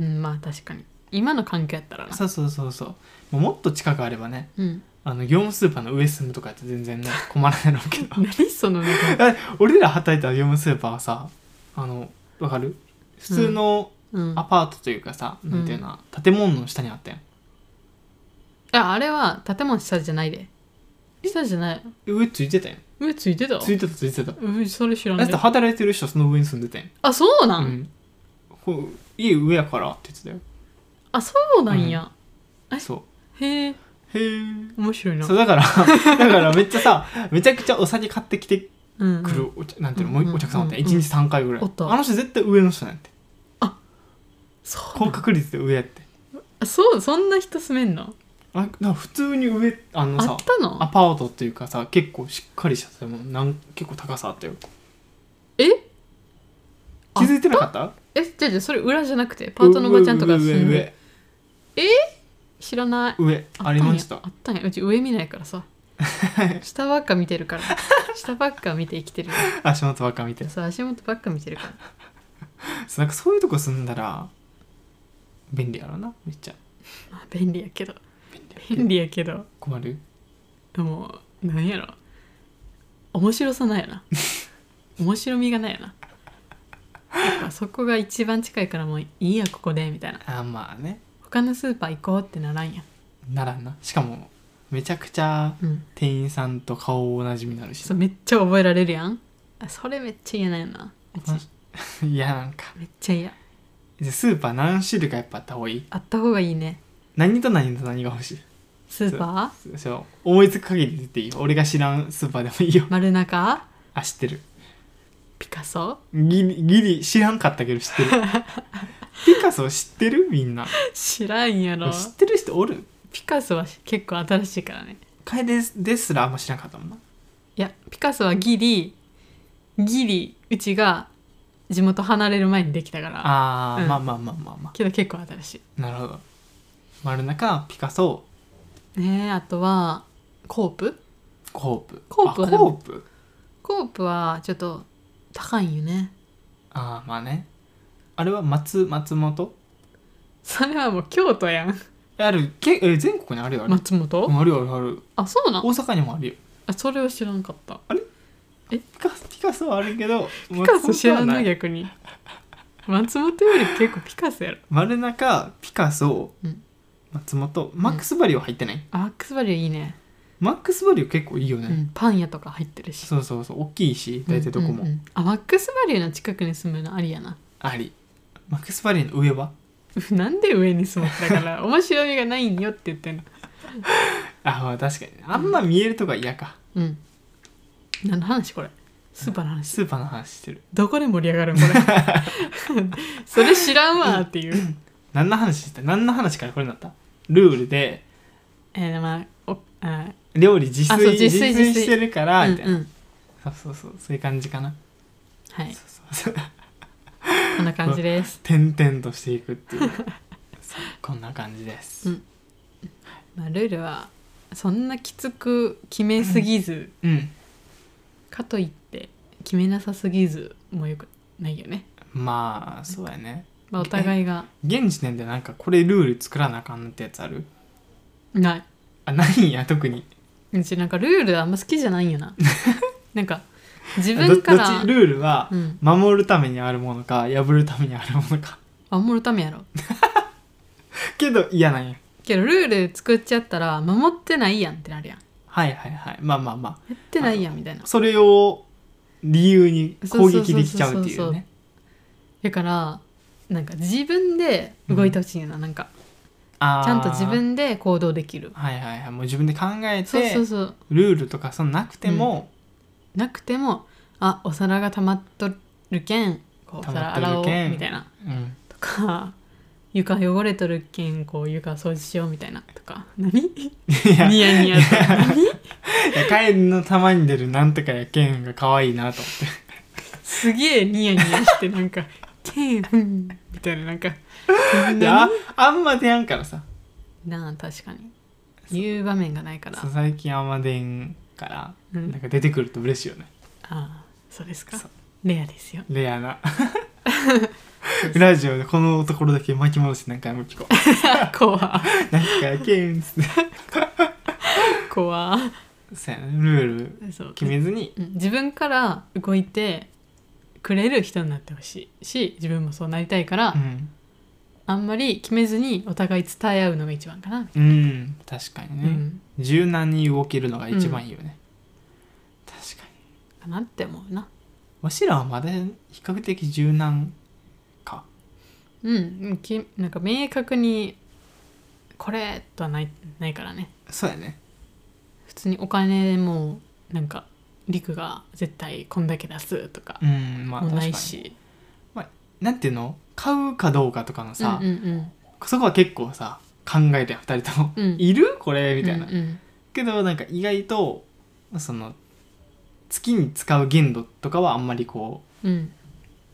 S2: うんうんまあ確かに今の環境やったらな
S1: そうそうそうそうもうもっと近くあればね
S2: うん、
S1: あの業務スーパーの上住むとかやって全然ね困らないのけど
S2: 何そのなんか、
S1: 俺ら働いた業務スーパーはさあのわかる普通の
S2: うん、
S1: ア
S2: あ
S1: パートというかさ、
S2: うん
S1: なんていうの建物の下にあったやん
S2: あれは建物下じゃないで下じゃない
S1: 上ついてたやん
S2: 上ついてた
S1: ついてたついてた
S2: うんそれ知ら
S1: だ
S2: な
S1: っ
S2: い
S1: て働いてる人その上に住んでたやん
S2: あそうなん、
S1: うん、こう家上やからって言ってたよ
S2: あそうなんや、え
S1: そ
S2: へえ
S1: うへ
S2: 面白い
S1: え
S2: な
S1: そうだから だからめっちゃさめちゃくちゃお酒買ってきて
S2: うん
S1: くるお茶、なんていうの
S2: うん
S1: もうお客さんおって、
S2: うん
S1: 一日3回ぐらい
S2: おった
S1: あの人絶対上の人なんやって
S2: そう
S1: 高確率で上やって
S2: あそうそんな人住めんの
S1: あなんか普通に上あの
S2: あ
S1: さ
S2: った
S1: ア
S2: の
S1: パートっていうかさ結構しっかりしたもんなん結構高さあったよ
S2: え
S1: 気づいてなかった
S2: えじゃあじゃあそれ裏じゃなくてパートのおばちゃんとか
S1: 上
S2: 住んで
S1: 上
S2: 知らない
S1: 上上
S2: ったんや
S1: ありました
S2: あったんやうち上見ないからさ下ばっか見てるから下ばっか見て生きてるか
S1: 足元ばっか見て
S2: らそう足元ばっか見てるから
S1: そうなんかそういうとこ住んだら便利やろなめっちゃ
S2: まあ便利やけど
S1: 便利やけど
S2: 便利やけど
S1: 困る
S2: でもなんやろ面白さないよ な面白みがないよなやっぱそこが一番近いからもういいやここでみたいな
S1: あまあね
S2: 他のスーパー行こうってならんやん
S1: ならんなしかもめちゃくちゃ
S2: うん、
S1: 店員さんと顔同じみになるし
S2: そうめっちゃ覚えられるやんあそれめっちゃ嫌なんやなうち
S1: マジいやなんか
S2: めっちゃ嫌
S1: じゃあスーパー何種類かやっぱあった方がいい
S2: あった方がいいね
S1: 何と何と何が欲しい
S2: スーパ
S1: そう思いつく限り出ていいよ俺が知らんスーパーでもいいよ
S2: ー丸中
S1: あ知ってる
S2: ピカソ
S1: ギリギリ知らんかったけど知って るピカソ知ってるみんな
S2: 知らんやろ
S1: 知ってる人おる
S2: ピカソは結構新しいからね
S1: 楓ですですらあんま知らんかったもんない
S2: やピカソはギリギリうちが地元離れる前にできたから
S1: あー、
S2: うん
S1: まあまあまあまあま
S2: けど結構新し
S1: あなるほど丸中ピカソ
S2: いねえあとはコープ
S1: コープ
S2: コープは
S1: あ
S2: で
S1: コ
S2: も
S1: ープ
S2: コープはちょっと高いんよね
S1: ああまあねあれは松松本
S2: それはもう京都やん
S1: あるけえ全国にあるよあれ、
S2: 松本、
S1: うんあるよあるある
S2: あそうなん
S1: 大阪にもあるよ
S2: あそれは知らんかった
S1: ピカピカソはあるけど
S2: ピカソ知ら
S1: 松本
S2: んの
S1: はない
S2: 逆に松本より結構ピカソやろ
S1: 丸中ピカソ、
S2: うん
S1: 松本マックスバリューは入ってない、
S2: あマックスバリューいいね、
S1: マックスバリュー結構いいよね、
S2: うん、パン屋とか入ってるし
S1: そうそうそう大きいし大体どこも
S2: うんうんうんあマックスバリューの近くに住むのありやな
S1: あり、マックスバリューの上は
S2: なんで上に住むだから面白みがないんよって言ってんの
S1: あまあ確かにあんま見えるとか嫌か、
S2: うん何の話これスーパーの話
S1: スーパーの話してる
S2: どこで盛り上がるん これそれ知らんわっていう
S1: 何の話してた何の話からこれになったルールで
S2: えー、まあおあ
S1: 料理自
S2: あそう
S1: 炊
S2: 自
S1: 自
S2: 炊
S1: 炊
S2: 自炊
S1: してるから
S2: うん
S1: みたいな、
S2: うん
S1: そうそうそうそういう感じかな、
S2: はい
S1: そうそうそう
S2: こんな感じです
S1: 点々としていくっていう そうこんな感じです
S2: うんまあ、ルールはそんなきつく決めすぎず、
S1: うん、
S2: かといって決めなさすぎずもよくないよね、
S1: まあそうやね
S2: まあ、お互いが
S1: 現時点でなんかこれルール作らなあかんってやつある
S2: ない
S1: あないんや特に
S2: うちなんかルールあんま好きじゃない よななんか自
S1: どどっち
S2: 分から
S1: ルールは
S2: うん
S1: 守るためにあるものか破るためにあるものか
S2: 守るためやろ
S1: けど嫌なんや
S2: けどルール作っちゃったら守ってないやんってなるやん
S1: はいはいはいまあまあま
S2: やってないやんみたいな
S1: あそれを理由に攻撃できちゃうってい
S2: そうそうそううそう
S1: ね
S2: だからなんか自分で動いてほしいよな,、なんか
S1: あー
S2: ちゃんと自分で行動できる
S1: はいはいはいもう自分で考えて
S2: そうそうそう
S1: ルールとかそんなくても、
S2: なくてもあお皿が溜まっとるけんこうお
S1: 溜ま
S2: 皿
S1: っと
S2: 洗
S1: る
S2: おう
S1: けん
S2: みたいな
S1: うん
S2: とか床汚れとるけんこう床掃除しようみたいなとか何
S1: いや
S2: ニヤニヤと何
S1: カエルの玉に出るなんとかやけんが可愛いなと思って
S2: すげえニヤニヤしてなんか「けんふん」みたいななんか
S1: でああんま出やんからさ
S2: なあ確かに言う場面がないから
S1: そう最近あんま出んから、
S2: うん
S1: なんか出てくると嬉しいよね
S2: ああそうですか
S1: そう
S2: レアですよ
S1: レア なラジオでこのところだけ巻き戻して何回も聞こう
S2: 怖
S1: なんかやけんっつって
S2: 怖
S1: そうやねルール
S2: そう
S1: 決めずに
S2: うん自分から動いてくれる人になってほしいし自分もそうなりたいから、
S1: うん、
S2: あんまり決めずにお互い伝え合うのが一番かな、
S1: うん、確かに
S2: う
S1: ね、
S2: ん
S1: 柔軟に動けるのが一番いいよね、確かに
S2: かなって思うな
S1: わしらはまだ比較的柔軟か
S2: うんうんきなんか明確にこれとはないないからね
S1: そうやね
S2: 普通にお金もなんか陸が絶対こんだけ出すとか
S1: うんまあ
S2: も
S1: 確か
S2: ない
S1: に
S2: し、
S1: なんていうの買うかどうかとかのさ、
S2: うんうん
S1: そこは結構さ考えてよ2人とも「
S2: うんうん
S1: いるこれ」みたいな、
S2: うんうん
S1: けどなんか意外とその月に使う限度とかはあんまりこ
S2: うん
S1: う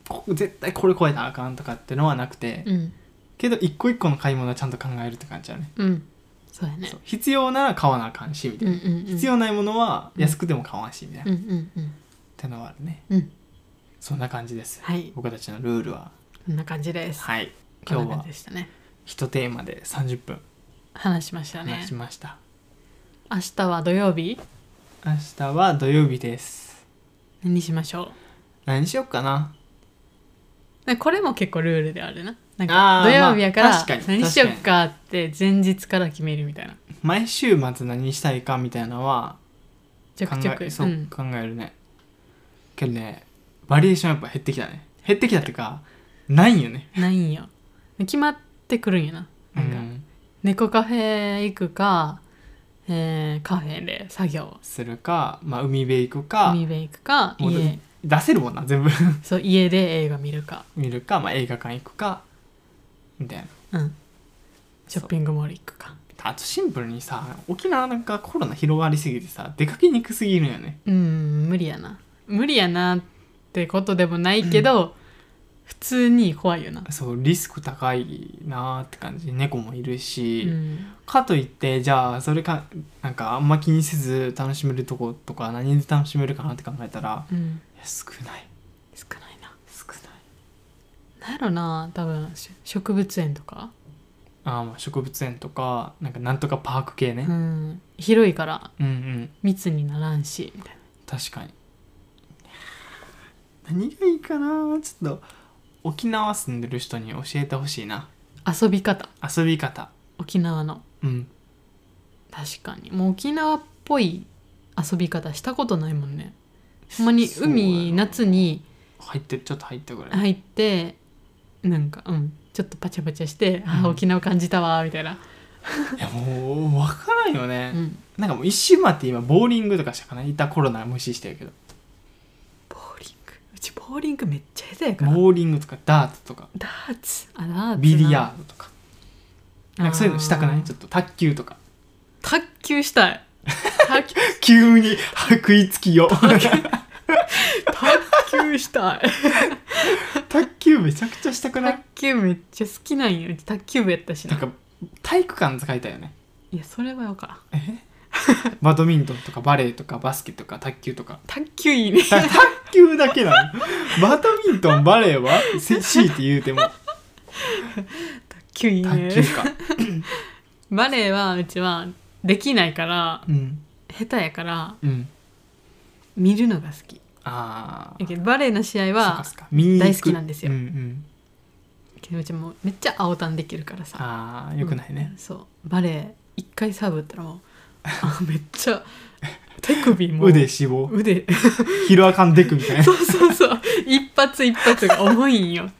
S1: こ絶対これ超えたらあかんとかってのはなくて、
S2: うん
S1: けど一個一個の買い物はちゃんと考えるって感じだね
S2: うんそうやね
S1: そう必要なら買わなあかんしみた
S2: う
S1: い
S2: んう
S1: な、
S2: んうん
S1: 必要ないものは安くても買わんしみたいな、
S2: うんうんうん
S1: ってのはあるね
S2: うん
S1: そんな感じです
S2: はい
S1: 僕たちのルールは
S2: こんな感じです、
S1: はい
S2: こん
S1: 今
S2: な
S1: 日
S2: 感
S1: は
S2: じでしたね
S1: 一テーマで30分
S2: 話しましたね
S1: 話しました
S2: 明日は土曜日
S1: 明日は土曜日です
S2: 何しましょう
S1: 何しよっかな
S2: なんかこれも結構ルールであるななん
S1: あ
S2: か
S1: ー
S2: 土曜日やから
S1: まあ確かに
S2: 何しよっかって前日から決めるみたいな、
S1: 毎週末何したいかみたいなのは
S2: 着
S1: 考え
S2: 々
S1: そう、
S2: うん
S1: 考えるねけどねバリエーションやっぱ減ってきたね減ってきたっていうかないんよね
S2: ないんや決まってくるんやな
S1: う
S2: なんか、
S1: ん
S2: 猫カフェ行くか、えーカフェで作業
S1: するか、まあ、海辺行くか
S2: 海辺行くか
S1: もう
S2: 家
S1: 出せるもんな全部
S2: そう家で映画見るか、
S1: 見るか、まあ、映画館行くかみたいな
S2: うん、ショッピングモール行くか
S1: あとシンプルにさ沖縄なんかコロナ広がりすぎてさ出かけにくすぎるよね
S2: うん無理やな無理やなってことでもないけど、普通に怖いよな、
S1: そうリスク高いなーって感じ猫もいる
S2: う
S1: し、
S2: ん、
S1: かといってじゃあそれかなんかあんま気にせず楽しめるとことか何で楽しめるかなって考えたら
S2: うん、
S1: いや少ない
S2: 少ないな
S1: 少ない
S2: なんやろな多分し植物園とか、
S1: あーまあ植物園とかなんかなんとかパーク系
S2: う
S1: ね、
S2: ん、広いから
S1: うん、うん
S2: 密にならんしみたいな
S1: 確かに何がいいかなちょっと沖縄住んでる人に教えてほしいな
S2: 遊び方
S1: 遊び方
S2: 沖縄の
S1: うん
S2: 確かにもう沖縄っぽい遊び方したことないもんねほんまに
S1: そうやな
S2: 海夏に
S1: 入ってちょっと入ってくれ、
S2: 入ってなんかうんちょっとパチャパチャして、あ
S1: うん
S2: あ沖縄感じたわーみたいな、
S1: いやもう分からんよね
S2: う、ん、
S1: なんかもう一周回って今ボーリングとかしたかないたコロナ無視してるけど
S2: ボーリングうちボーリングめっちゃ下手やから
S1: ボーリングとかダーツとか
S2: ダーツあダーツな
S1: ビリヤードとかなんかそういうのしたくな
S2: あ
S1: い
S2: ー
S1: ちょっと卓球とか
S2: 卓球したい卓球
S1: 急に食いつきよ
S2: 卓球し たい
S1: 卓球めちゃくちゃしたくな
S2: 卓
S1: い
S2: 球めっちゃ好きなんようち卓球部やったし
S1: な
S2: なん
S1: か体育館使いたいよね
S2: いやそれはよからん
S1: バドミントンとかバレーとかバスケとか卓球とか
S2: 卓球いいね
S1: 卓球だけなのバドミントンバレーはせ強いて言うても
S2: 卓球いい
S1: 卓
S2: ね
S1: 球か
S2: バレエはうちはできないから
S1: うん
S2: 下手やから
S1: うん
S2: 見るのが好き
S1: ああ
S2: やけどバレエの試合は大好きなんですよ
S1: うんうん、
S2: けどうちもうめっちゃ青タンできるからさ
S1: ああよくないね
S2: う、んそうバレエ一回サーブ打ったら もうあめっちゃ手首も
S1: 腕脂肪
S2: 腕
S1: ヒロアカンデクみたい な
S2: そうそうそう一発一発が重いんよ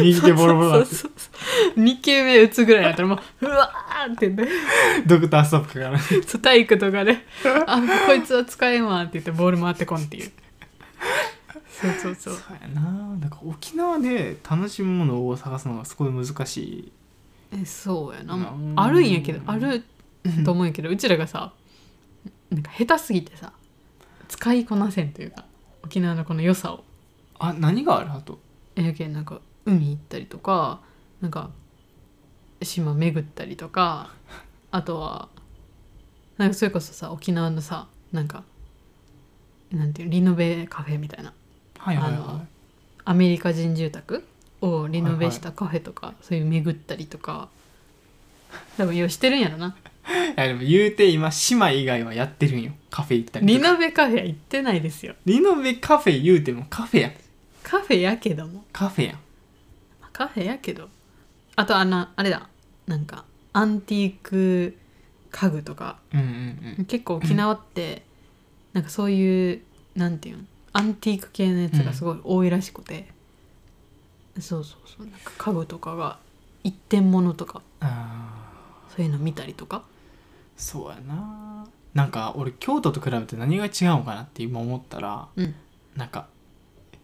S1: 右手ボロボロなって
S2: そうそうそう2球目打つぐらいだったらもううわーってね
S1: ドクターストップから
S2: そう体育とか で「あこいつは使えんわ」って言ってボール回ってこんっていうそうそうそう
S1: そうやなだから沖縄で楽しむものを探すのがすごい難しい
S2: えそうやな、
S1: うん
S2: あるんやけどあると思うんやけどうちらがさなんか下手すぎてさ使いこなせんというか沖縄のこの良さを
S1: あ何があるあと
S2: えやけんなんか海行ったりとかなんか島巡ったりとかあとはなんかそれこそさ沖縄のさなんかなんていうリノベカフェみたいな
S1: はいはい
S2: あ
S1: は
S2: のアメリカ人住宅をリノベしたカフェとか、そういう巡ったりとか多分ようしてるんやろない
S1: いやでも言うて今島以外はやってるんよカフェ行ったり
S2: リ
S1: とか
S2: ノベカフェは行ってないですよ
S1: リノベカフェ言うてもカフェやん
S2: カフェやけども
S1: カフェやん
S2: まあカフェやけどあとあのあれだなんかアンティーク家具とか
S1: うんうん
S2: 結構沖縄ってなんかそういうなんていうんアンティーク系のやつがすごい多いらしくて、そうそうそうなんか家具とかが一点物とか
S1: ああ
S2: そういうの見たりとか
S1: そうやななんか俺京都と比べて何が違うのかなって今思ったら、
S2: うん
S1: なんか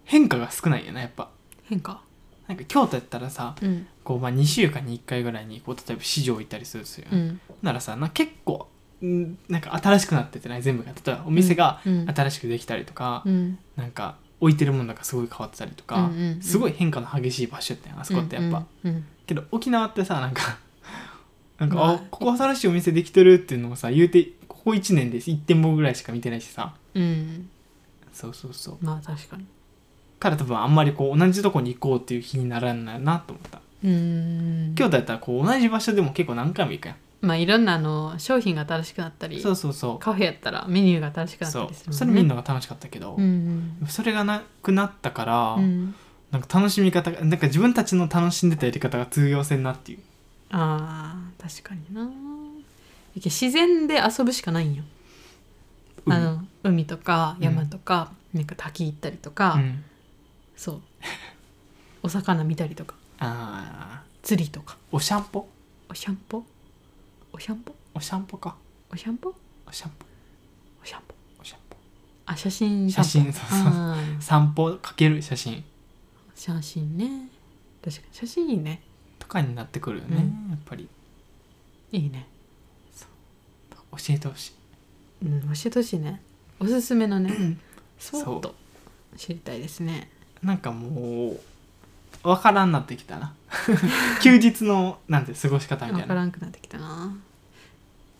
S1: 変化が少ないんやなやっぱ
S2: 変化
S1: なんか京都やったらさ
S2: うん
S1: こう、まあ、2週間に1回ぐらいにこう例えば市場行ったりするんですよ、
S2: うん
S1: ならさな結構んなんか新しくなっててない全部が例えばお店が
S2: うん
S1: 新しくできたりとか、
S2: うん
S1: なんか置いてるものがすごい変わってたりとか、
S2: うんうんうん
S1: すごい変化の激しい場所やったんやあそこってやっぱ、
S2: うんうん
S1: けど沖縄ってさなんか なんか、
S2: まあ
S1: あここ新しいお店できてるっていうのもさ言うてここ1年で1点もぐらいしか見てないしさ
S2: うんうん
S1: そうそうそう
S2: まあ確かに
S1: から多分あんまりこう同じとこに行こうっていう気にならんないなと思った
S2: うん
S1: 京都やったらこう同じ場所でも結構何回も行くやん
S2: まあいろんなあの商品が新しくなったり
S1: そうそうそ
S2: カフェやったらメニューが新しく
S1: う
S2: なっ
S1: そ
S2: た
S1: う
S2: りするもんね
S1: それ見るのが楽しかったけど、
S2: うん
S1: それがなくなったから、
S2: うんうん
S1: なんか楽しみ方がなんか自分たちの楽しんでたやり方が通用せんなっていう
S2: あー確かになやけ自然で遊ぶしかないんよ、あの海とか山とか、なんか滝行ったりとか、
S1: うん、
S2: そうお魚見たりとか
S1: あ
S2: 釣りとか
S1: ーおしゃんぽ
S2: おしゃんぽおしゃんぽ
S1: おしゃんぽか
S2: おしゃんぽ
S1: おしゃんぽ
S2: おしゃんぽ
S1: おしゃんぽ
S2: あ写真
S1: 写真
S2: 散
S1: そうそ
S2: 歩
S1: う
S2: あー
S1: 散歩かける写真
S2: 写真ね確かに写真いいね
S1: とかになってくるよね、
S2: うん
S1: やっぱり
S2: いいね
S1: 教えてほしい
S2: うん教えてほしいねおすすめのねスポッ
S1: そ
S2: ト知りたいですね
S1: なんかもうわからんなってきた な休日のなんて過ごし方み
S2: 分
S1: たい
S2: か
S1: な
S2: らんくなってきたな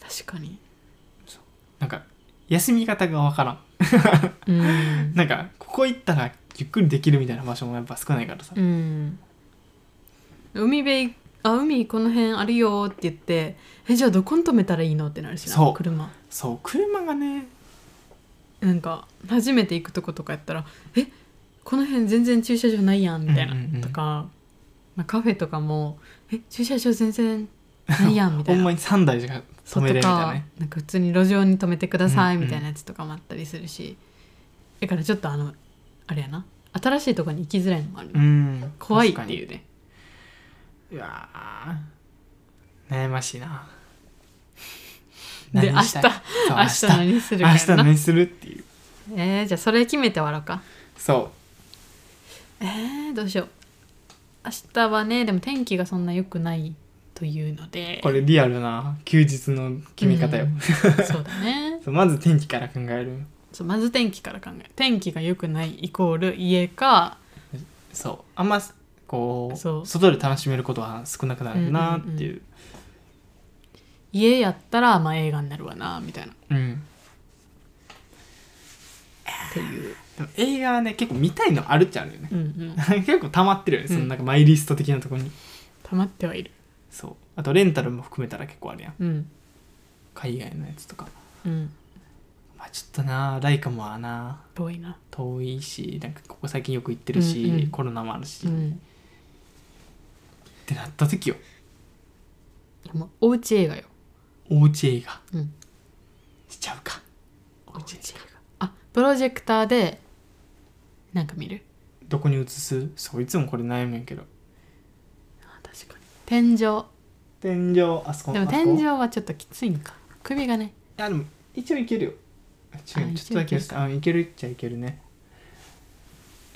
S2: 確かに
S1: なんか休み方がわからん
S2: うん
S1: なんかここ行ったらゆっくりできるみたいな場所もやっぱ少ないからさ、
S2: うん海辺いあ海この辺あるよって言ってえじゃあどこに止めたらいいのってなるしな
S1: そう
S2: 車
S1: そう車がね
S2: なんか初めて行くとことかやったらえこの辺全然駐車場ないやんみたいな、
S1: うんうんうん
S2: とか、まあ、カフェとかもえ駐車場全然ないやんみ
S1: ほ
S2: たい
S1: ん
S2: な
S1: まに3台しか止めれるみ
S2: と
S1: たいな
S2: か
S1: ね
S2: なんか普通に路上に止めてください
S1: うんうん
S2: みたいなやつとかもあったりするし、だからちょっとあのあれやな新しいとこに行きづらいのもある、
S1: うん
S2: 怖いってい
S1: 確
S2: うね
S1: かにうわー悩ましいな
S2: で明
S1: 何
S2: 日
S1: したいそう
S2: 明日何する
S1: 明日明
S2: かや
S1: 日
S2: な
S1: 何するっていう
S2: えー、じゃあそれ決めて終わろうか
S1: そ
S2: えー、どうしよう明日はねでも天気がそんな良くないというので
S1: うこれリアルな休日の決め方よ、
S2: うんそうだね
S1: そうまず天気から考える
S2: そうまず天気から考える天気が良くないイコール家か
S1: そうあんまこう
S2: そう
S1: 外で楽しめることは少なくなるなっていう
S2: 家やったらまあ映画になるわなみたいな
S1: うん、
S2: っていう、
S1: でも映画はね結構見たいのあるっちゃあるよね
S2: うんうん、
S1: 結構溜まってるよねそのなんかマイリスト的なところに、
S2: 溜まってはいる
S1: そうあとレンタルも含めたら結構あるやん
S2: うん
S1: 海外のやつとか
S2: うん
S1: まあちょっとなライカもはな
S2: 遠いな
S1: 遠いしなんかここ最近よく行ってるし、
S2: うんうん
S1: コロナもあるし、
S2: う
S1: っ
S2: ん
S1: てなった時よ
S2: いやもうおうち映画よ
S1: おうち映画、
S2: うん
S1: しちゃうか
S2: おうち映画あプロジェクターでなんか見る
S1: どこに移すそういつもこれ悩むんやけど
S2: あ確かに天井で
S1: 天井あそこ
S2: も
S1: あそこ
S2: 天井はちょっときついんか首がね
S1: いやでも一応いけるよちょちょ
S2: あ
S1: っとだけ
S2: 一応いける
S1: あいけるっちゃいけるね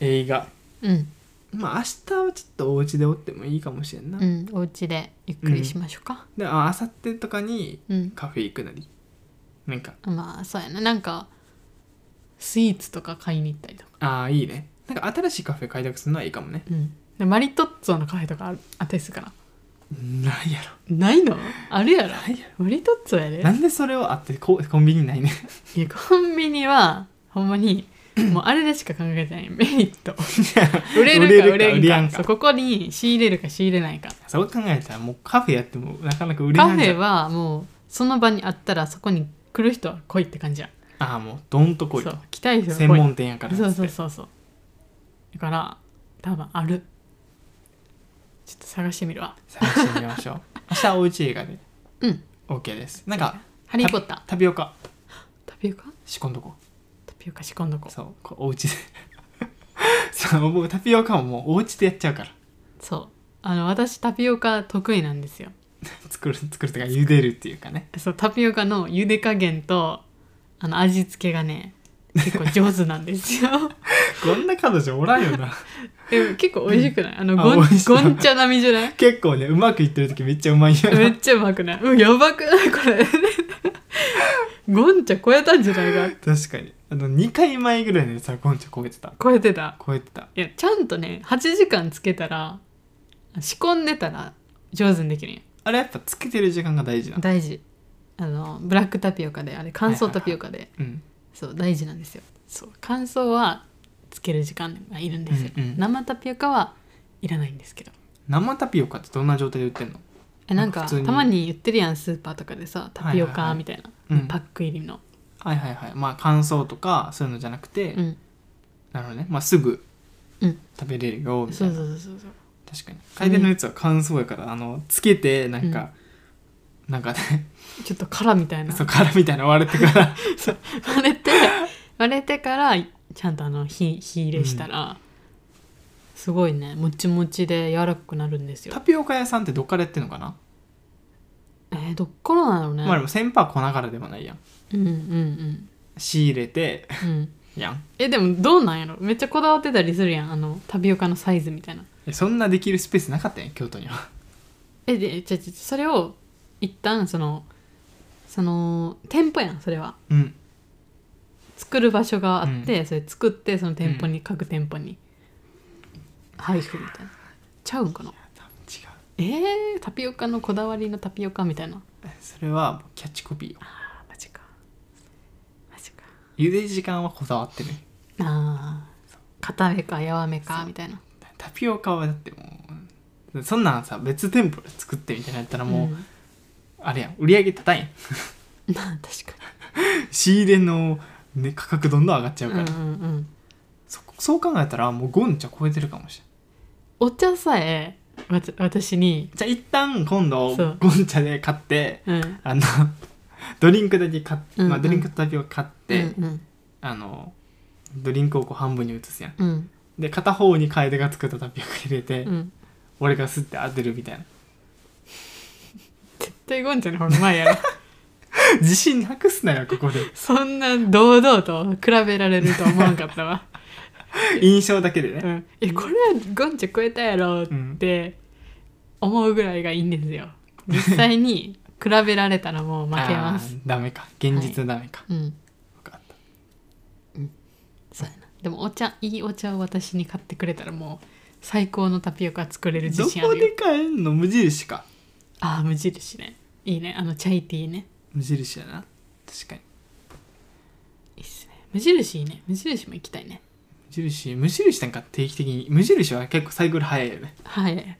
S1: 映画
S2: うん
S1: まあ明日はちょっとお家でおってもいいかもしれんな、
S2: うんおうちでゆっくりしましょうか
S1: であ明後日とかに
S2: うん
S1: カフェ行くなりなんか
S2: まあそうやななんかスイーツとか買いに行ったりとか、
S1: ああいいねなんか新しいカフェ開拓するのはいいかもね
S2: でマリトッツォのカフェとかあるあったりするかな
S1: ないや
S2: ないのあるやろ
S1: ろないや
S2: マリトッツォやで
S1: ろなんでそれをあってココンビニないね
S2: いやコンビニはほんまにもうあれでしか考えてないメリット売れるか売れ
S1: 売れや
S2: ん
S1: ん
S2: か
S1: か
S2: そうここに仕入れるか仕入れないか
S1: そう考えたらもうカフェやってもなかなか売れ
S2: カ
S1: な
S2: フ
S1: いじゃ
S2: ェ
S1: ん
S2: はもうその場にあったらそこに来る人は来いって感じや
S1: ああもうどんとこい
S2: そ
S1: と
S2: う来たい人は来い
S1: 専門店やからっつっ
S2: そ
S1: て
S2: うそうそうそうだから多分あるちょっと探してみるわ
S1: 探してみま しょう明日はおうち映画で
S2: うん
S1: OK ですなんか
S2: ハリー・ポッター
S1: タピオカ
S2: タピオカ
S1: 仕込んどこ
S2: タピオカ仕込んどこ
S1: うそうこうおうちで そう僕タピオカももうおうちでやっちゃうから
S2: そうあの私タピオカ得意なんですよ
S1: 作る作るとか茹でるっていうかね
S2: そうタピオカの茹で加減とあの味付けがね結構上手なんで すよ
S1: こんな彼女おらん よな
S2: でも結構美味しくないあの
S1: あ
S2: ごん
S1: 美味しい
S2: ごんちゃ並みじゃない
S1: 結構ねうまくいってる時めっちゃうまいよ
S2: め
S1: な
S2: っちゃうまくないうんやばくないこれ ごんちゃ超えたんじゃないか
S1: 確かにあの2回前ぐらいでさゴンチョ焦げてた
S2: 超えてた
S1: 焦げてた
S2: いやちゃんとね8時間つけたら仕込んでたら上手にできるんよ
S1: あれやっぱつけてる時間が大事なの
S2: 大事あのブラックタピオカであれ乾燥タピオカで、
S1: うん
S2: そう大事なんですよそう乾燥はつける時間がいるんですよ、
S1: うんうん
S2: 生タピオカはいらないんですけど
S1: 生タピオカってどんな状態で売ってんの
S2: えなんか
S1: 普通に
S2: たまに言ってるやんスーパーとかでさタピオカみたいな、
S1: いはいうん
S2: パック入りの、
S1: はいはいはいまあ乾燥とかそういうのじゃなくて、
S2: うん、
S1: なるほどねまあすぐ
S2: うん
S1: 食べれるよみた
S2: そ
S1: いうな、
S2: そうそうそうそう
S1: 確かに楓のやつは乾燥やからあのつけてなんか、なんかね
S2: ちょっと殻みたいな
S1: そこからみたいな割れ てから
S2: 割れて割れてからちゃんとあの火火入れしたら、すごいねもちもちで柔らかくなるんですよ
S1: タピオカ屋さんってどっからやってんのかな、
S2: えー、どっからなんだろうね、
S1: まあでも先輩は粉からでもないやん
S2: うんうんうん
S1: 仕入れて
S2: うん
S1: やん
S2: えでもどうなんやろめっちゃこだわってたりするやんあのタピオカのサイズみたいな
S1: えそんなできるスペースなかったんや京都には
S2: えでちゃちゃそれを一旦そのその店舗やんそれは
S1: うん
S2: 作る場所があって、それ作ってその店舗に、各店舗に配布みたいなちゃうんかな
S1: 多分違う
S2: えー、タピオカのこだわりのタピオカみたいな
S1: それはキャッチコピーよ
S2: あマジかマジか
S1: 茹で時間はこだわってね
S2: あー固めか柔めかみたいな
S1: タピオカはだってもうそんなんさ別店舗で作ってみたいなやったらもう、
S2: うん
S1: あれやん売り上げ高いやん
S2: まあ確か
S1: 仕入れの、ね、価格どんどん上がっちゃう
S2: に
S1: から、
S2: うんうんうん
S1: そそう考えたらもうゴンチャ超えてるかもしれない
S2: お茶さえわた私に
S1: じゃあ一旦今度
S2: そう
S1: ゴンチャで買って
S2: うん
S1: あの ドリンクだけ買っ、
S2: うんうん
S1: まあ、ドリンクとタピオカ買って、
S2: うんうん
S1: あのドリンクをこう半分に移すやん
S2: うん
S1: で片方に楓が作ったタピオカ入れて、
S2: うん
S1: 俺が吸って当てるみたいな
S2: 絶対ゴンちゃんの方が前やろ
S1: 自信なくすなよここで
S2: そんな堂々と比べられるとは思わんかったわ
S1: 印象だけでね、
S2: うん、えこれはゴンチャ超えたやろって思うぐらいがいいんですよ実際に比べられたらもう負けます
S1: あーダメか現実はダメか、
S2: うん
S1: 分かった
S2: そうやなでもお茶いいお茶を私に買ってくれたらもう最高のタピオカ作れる自
S1: ど
S2: 信あ
S1: こ
S2: るよ
S1: で買えんの無印か
S2: ああ無印ねいいねあのチャイティーね
S1: 無印やな確かに
S2: いいっすね無印いいね無印も行きたいね
S1: 無印無印なんか定期的に無印は結構サイクル早いよね
S2: はい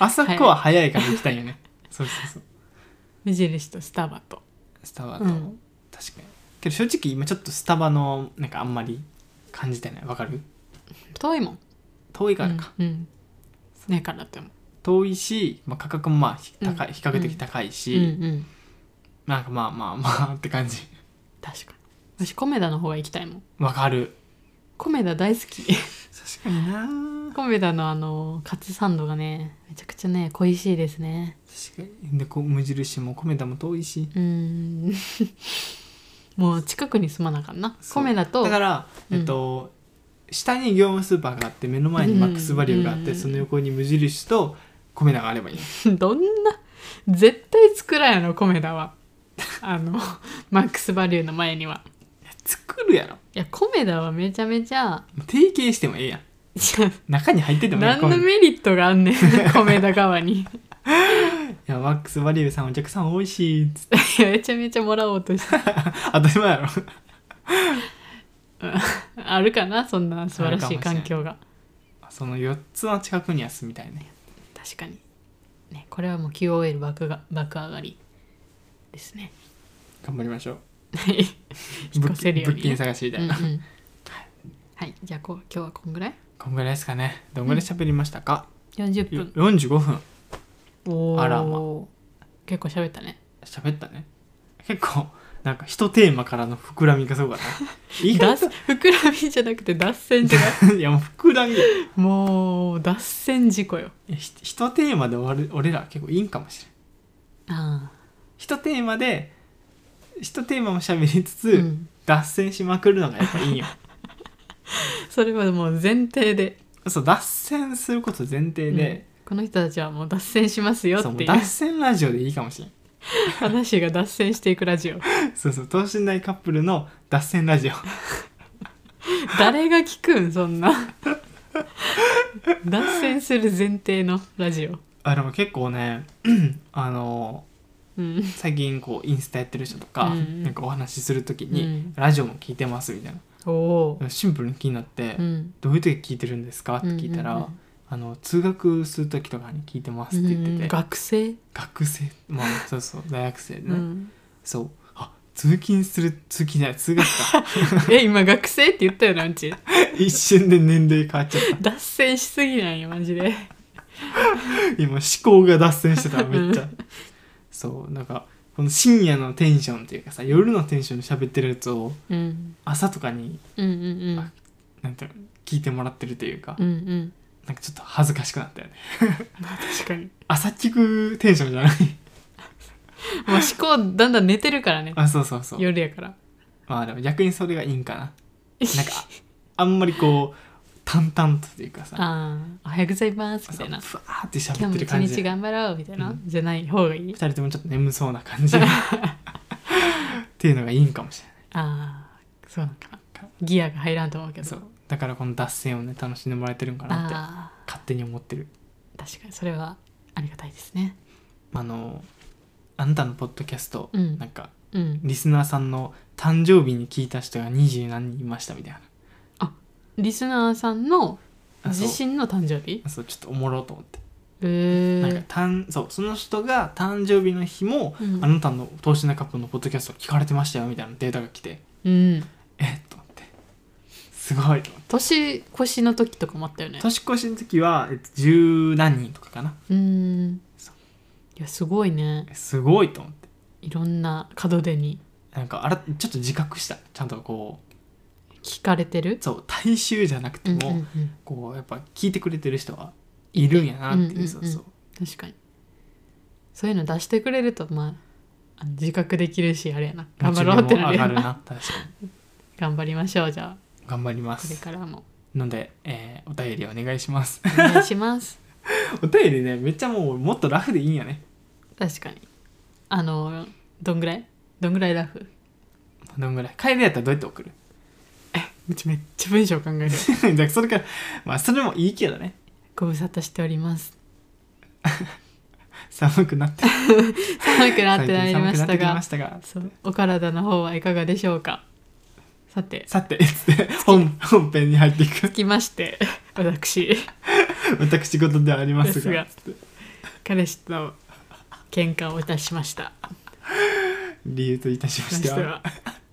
S1: あそこは早いから行きたいよねそうそうそう
S2: 無印とスタバと
S1: スタバと、
S2: うん
S1: 確かにけど正直今ちょっとスタバのなんかあんまり感じてないわかる
S2: 遠いもん
S1: 遠いからか、
S2: うん、うん、ねえからって思う
S1: 遠いし、まあ、価格もまあひ高い、比較的高いし、
S2: うんうん
S1: なんかまあまあまあって感じ
S2: 確かに私コメダの方が行きたいもん
S1: わかる
S2: コメダ大好き
S1: 確かにな
S2: コメダのあのカツサンドがねめちゃくちゃね恋しいですね
S1: 確かにでこう無印も米田も遠いし
S2: うーん もう近くに住まなあかんな
S1: そ
S2: コ
S1: う
S2: メダと
S1: だから、
S2: うん
S1: えっと下に業務スーパーがあって目の前にマックスバリューがあって、
S2: うん
S1: その横に無印と米田があればいい
S2: どんな絶対作らんやろコメダは あのマックスバリューの前には
S1: 作るやろ
S2: いやコメダはめちゃめちゃ
S1: 提携してもええやん
S2: いや
S1: 中に入っててもええ
S2: 何の
S1: 米田い
S2: メリットがあんねん コメダ側にい
S1: やマックスバリューさんお客さん多いしつって
S2: やめちゃめちゃもらおうとして
S1: 当たり前やろ
S2: あるかなそんな素晴らしい環境が
S1: その4つの近くには住みたいね
S2: 確かに、ね、これはもう QOL 爆が爆上がりですね
S1: 頑張りましょう
S2: はい引っ越せるよう
S1: 物
S2: に
S1: 件
S2: ね、
S1: 探しみた
S2: う
S1: い
S2: んうん
S1: な、
S2: はい、じゃあこう今日はこんぐらい
S1: こんぐらいですかねどんぐらい喋りましたか、
S2: 40
S1: よ
S2: 分
S1: 45分
S2: おー
S1: あらま
S2: 結構喋ったね
S1: 喋ったね結構なんか一テーマからの膨らみがすごかった 意
S2: 脱
S1: 外と
S2: 膨らみじゃなくて脱線 じゃない
S1: いやもう膨らみよ
S2: もう脱線事故よ
S1: いやひ一テーマで終わる俺ら結構いいんかもしれん
S2: あ
S1: 一テーマで一テーマも喋りつつ、
S2: あ、うん、
S1: 脱線しまくるのがやっぱいいよ
S2: それはもう前提で
S1: そう脱線すること前提で、
S2: うんこの人たちはもう脱線しますよ
S1: そう
S2: っ
S1: も
S2: て
S1: う
S2: いう
S1: 脱線ラジオでいいかもしれん
S2: 話が脱線していくラジオ
S1: そうそう等身大カップルの脱線ラジオ
S2: 誰が聞くんそんな脱線する前提のラジオ
S1: あでも結構ね あの
S2: うん
S1: 最近こうインスタやってる人とか、
S2: うんうん
S1: なんかお話しするときに、
S2: うん
S1: ラジオも聞いてますみたいな
S2: おおー、
S1: シンプルに気になって、
S2: うん、
S1: どういう時聞いてるんですかって聞いたら、
S2: うんうんうん
S1: あの通学する時とかに聞いてますって言ってて、
S2: うん学生、
S1: 学生まあそうそう大学生でね、
S2: うん、
S1: そうあ通勤する通勤じゃない通学か
S2: え今学生って言ったよなうち
S1: 一瞬で年齢変わっちゃった
S2: 脱線しすぎなんよマジで
S1: 今思考が脱線してためっちゃ、そうなんかこの深夜のテンションっていうかさ夜のテンションで喋ってるやつを
S2: うん
S1: 朝とかに
S2: うんうん
S1: あなんていうの聞いてもらってるというか、
S2: うんうん
S1: なんかちょっと恥ずかしくなったよね
S2: まあ確かに
S1: 朝聞くテンションじゃない
S2: まあ思考だんだん寝てるからね
S1: あそうそうそう
S2: 夜やから
S1: まあでも逆にそれがいいんかななんかあんまりこう淡々とというかさ
S2: ああおはようございますみ
S1: ふ
S2: たいな
S1: わーって喋っ
S2: 今日
S1: て
S2: も
S1: る
S2: 一
S1: 感
S2: 日
S1: じ
S2: 頑張ろうみたいな、
S1: うん
S2: じゃない方がいい
S1: 二人ともちょっと眠そうな感じっていうのがいいんかもしれない
S2: ああそうなんかギアが入らんと思うけど
S1: そうだからこの脱線をね楽しんでもらえてるんかなって
S2: あ
S1: 勝手に思ってる
S2: あ確かにそれはありがたいですね
S1: あのあなたのポッドキャスト、
S2: うん
S1: なんか
S2: うん
S1: リスナーさんの誕生日に聞いた人が二十何人いましたみたいな
S2: リスナーさんの
S1: あそう
S2: 自身の誕生日
S1: そうちょっとおもろと思って、
S2: へえ
S1: なんかたんそうその人が誕生日の日も、
S2: うん
S1: あなたの投資のカップのポッドキャスト聞かれてましたよみたいなデータが来て
S2: うん
S1: えっと思ってすごいと思って
S2: 年越しの時とかもあったよね
S1: 年越しの時は、えっと、十何人とかかな
S2: うーん
S1: そう
S2: いやすごいね
S1: すごいと思って
S2: いろんな門出に
S1: なんかあらちょっと自覚したちゃんとこ
S2: 聞かれてる
S1: うそう大衆じゃなくて
S2: うん
S1: も、
S2: うんうん
S1: こうやっぱ聞いてくれてる人はいるんやなっていう,、
S2: うんうんうん
S1: そうそう
S2: 確かにそういうの出してくれるとまああの自覚できるしあれやな頑張ろうってな
S1: モチベも
S2: るよ
S1: 上がる
S2: な
S1: な確 か
S2: 頑張りましょうじゃあ
S1: に頑張りま
S2: これ
S1: す
S2: からも
S1: ので、えーお便りお願いします
S2: お願いします
S1: お便りねめっちゃもうもっとラフでいいんやね
S2: 確かにあのどんぐらいどんぐらいラフ
S1: どんぐらい帰りやったらどうやって送る
S2: うちめっちゃ文章考える
S1: じゃあそれからまあそれもいいけどね
S2: ご無沙汰しております
S1: 寒くなって
S2: 寒くなってまいり
S1: 寒
S2: ま
S1: く
S2: し
S1: なったてき
S2: が
S1: ましたが
S2: そうお体の方はいかがでしょうかさて
S1: さてつって本本編に入っていく
S2: つきまして私
S1: 私事ではあります
S2: です
S1: が
S2: が
S1: つって
S2: 彼氏と喧嘩をいたしました
S1: 理由といたしま
S2: ま
S1: し
S2: して
S1: ては
S2: は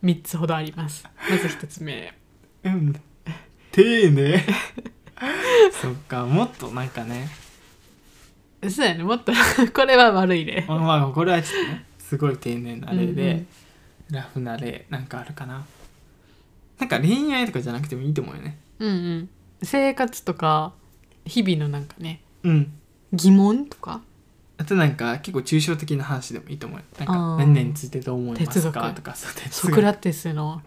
S2: 3つほどありますまず1つ目
S1: うん丁寧 そっかもっとなんかね
S2: そうやねもっと これは悪いね
S1: まあまあこれはちょっとねすごい丁寧な例で、
S2: うんうん
S1: ラフな例なんかあるかななんか恋愛とかじゃなくてもいいと思うよね
S2: うんうん生活とか日々のなんかね
S1: うん
S2: 疑問とか
S1: あとなんか結構抽象的な話でもいいと思うよなんか
S2: あー
S1: 何々についてどう思いま
S2: 哲
S1: す
S2: 学
S1: かとかそう哲
S2: ソ
S1: 学
S2: クラテスの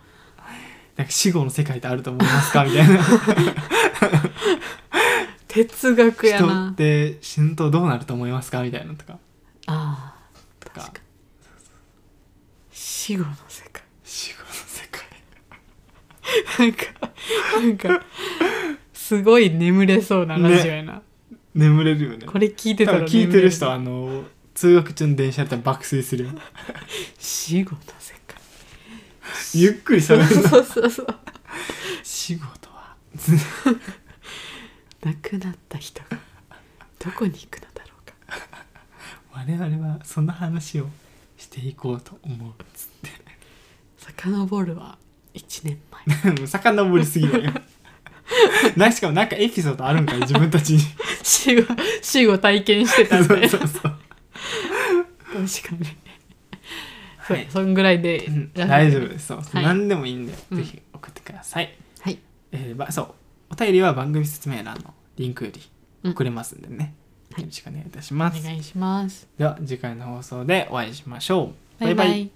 S1: なんか死後の世界ってあると思いますかみたいな
S2: 哲学や
S1: 人っ
S2: な
S1: て死ぬとどうなると思いますかみたいなのとか
S2: ああ
S1: とか
S2: 確かに死後の世界
S1: 死後の世界
S2: なんかなんかすごい眠れそうなラジオやな、
S1: 眠れるよね
S2: これ聞いて
S1: 多
S2: たら
S1: 分
S2: 眠れ
S1: 聞いてる人はあの通学中の電車やったら爆睡するよ
S2: 死後の世界
S1: ゆっくり
S2: そ
S1: 喋
S2: う
S1: るの
S2: そうそうそう
S1: 仕事は
S2: 亡くなった人がどこに行くのだろうか
S1: 我々はそんな話をしていこうと思うつ
S2: 遡るは1年前
S1: って もう遡りすぎだ よなしかもなんかエピソードあるんかい自分たち に
S2: 死後死後体験して
S1: そ
S2: た
S1: うんそ
S2: で
S1: うそ
S2: 確か
S1: うそう
S2: にそう
S1: はい
S2: そんぐらいで
S1: うん
S2: ラフ
S1: 大丈夫ですそう、
S2: はい
S1: 何でもいいんで
S2: うん
S1: ぜひ送ってください、
S2: はい
S1: えーばそうお便りは番組説明欄のリンクよ
S2: う
S1: り
S2: ん
S1: 送れますんでね、
S2: はい
S1: よろしくお願いいたします、
S2: お願いします
S1: では次回の放送でお会いしましょう
S2: バイバイ